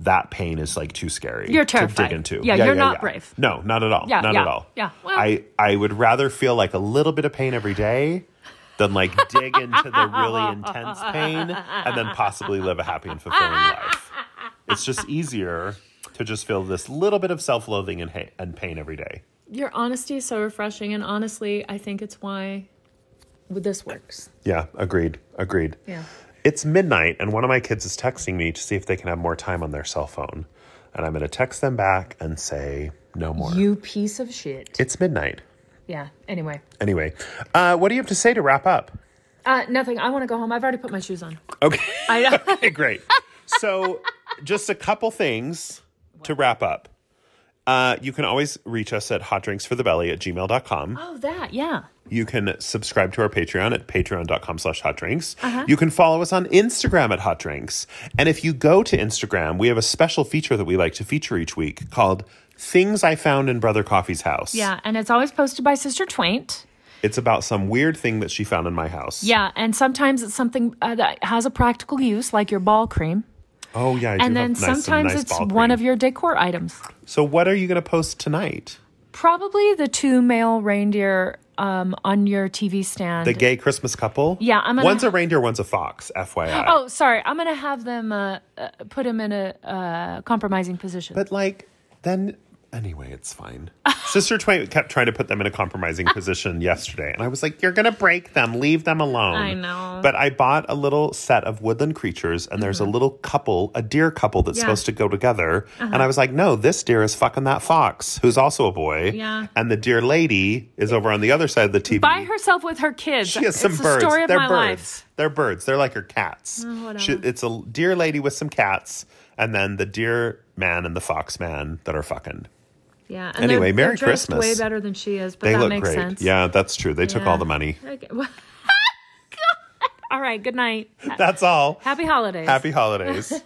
Speaker 3: that pain is like too scary.
Speaker 1: You're
Speaker 3: To
Speaker 1: terrified.
Speaker 3: dig into.
Speaker 1: Yeah, you're not brave.
Speaker 3: No, not at all.
Speaker 1: Yeah,
Speaker 3: not
Speaker 1: yeah,
Speaker 3: at all.
Speaker 1: yeah. Well-
Speaker 3: I I would rather feel like a little bit of pain every day than like dig into the really intense pain and then possibly live a happy and fulfilling life. It's just easier to just feel this little bit of self loathing and, ha- and pain every day.
Speaker 1: Your honesty is so refreshing, and honestly, I think it's why this works.
Speaker 3: Yeah, agreed. Agreed.
Speaker 1: Yeah.
Speaker 3: It's midnight, and one of my kids is texting me to see if they can have more time on their cell phone. And I'm going to text them back and say no more.
Speaker 1: You piece of shit.
Speaker 3: it's midnight.
Speaker 1: Yeah. Anyway,
Speaker 3: Anyway, uh, what do you have to say to wrap up?
Speaker 1: uh, nothing. I want to go home. I've already put my shoes on.
Speaker 3: Okay.
Speaker 1: I
Speaker 3: Okay, *laughs* great. So, just a couple things to wrap up. Uh, you can always reach us at hotdrinksforthebelly at gmail.com.
Speaker 1: *laughs* oh that yeah.
Speaker 3: You can subscribe to our Patreon at patreon.com slash hot drinks.
Speaker 1: Uh-huh.
Speaker 3: You can follow us on Instagram at hot drinks. And if you go to Instagram, we have a special feature that we like to feature each week called Things I Found in Brother Coffee's House.
Speaker 1: Yeah, and it's always posted by Sister Twaint.
Speaker 3: It's about some weird thing that she found in my house.
Speaker 1: Yeah, and sometimes it's something uh, that has a practical use, like your ball cream.
Speaker 3: Oh, yeah. I do
Speaker 1: And then
Speaker 3: have nice- some
Speaker 1: sometimes
Speaker 3: nice
Speaker 1: it's
Speaker 3: ball
Speaker 1: one
Speaker 3: cream.
Speaker 1: of your decor items.
Speaker 3: So, what are you going to post tonight?
Speaker 1: Probably the two male reindeer um, on your TV stand.
Speaker 3: The gay Christmas couple?
Speaker 1: Yeah, I'm gonna-
Speaker 3: One's a reindeer, one's a fox, FYI.
Speaker 1: oh, sorry. I'm going to have them uh, uh, put him in a uh, compromising position.
Speaker 3: But like, then anyway,
Speaker 1: *laughs*
Speaker 3: it's fine. Sister Twain kept trying to put them in a compromising position yesterday, and I was like, "You're gonna break them. Leave them alone."
Speaker 1: I know. Mm-hmm.
Speaker 3: But I bought a little set of woodland creatures, and there's a little couple, a deer couple that's
Speaker 1: Yeah. Uh-huh.
Speaker 3: supposed to go together. And I was like, "No, this deer is fucking that fox, who's also a boy."
Speaker 1: Yeah.
Speaker 3: And the deer lady is over on the other side of the TV.
Speaker 1: By herself with her kids.
Speaker 3: She has
Speaker 1: it's
Speaker 3: some
Speaker 1: the
Speaker 3: birds.
Speaker 1: story of
Speaker 3: They're
Speaker 1: my
Speaker 3: birds.
Speaker 1: life. Oh,
Speaker 3: They're birds. They're like her cats. she,
Speaker 1: whatever.
Speaker 3: it's a deer lady with some cats, and then the deer man and the fox man that are fucking.
Speaker 1: Yeah. and
Speaker 3: Anyway,
Speaker 1: they're-
Speaker 3: Merry
Speaker 1: they're dressed
Speaker 3: Christmas.
Speaker 1: Way better than she is, but
Speaker 3: They
Speaker 1: that
Speaker 3: look
Speaker 1: makes
Speaker 3: great.
Speaker 1: sense.
Speaker 3: Yeah, that's true. They took
Speaker 1: Yeah.
Speaker 3: all the money.
Speaker 1: Okay. *laughs* God. All right. Good night.
Speaker 3: That's all.
Speaker 1: Happy holidays. *laughs*
Speaker 3: Happy holidays.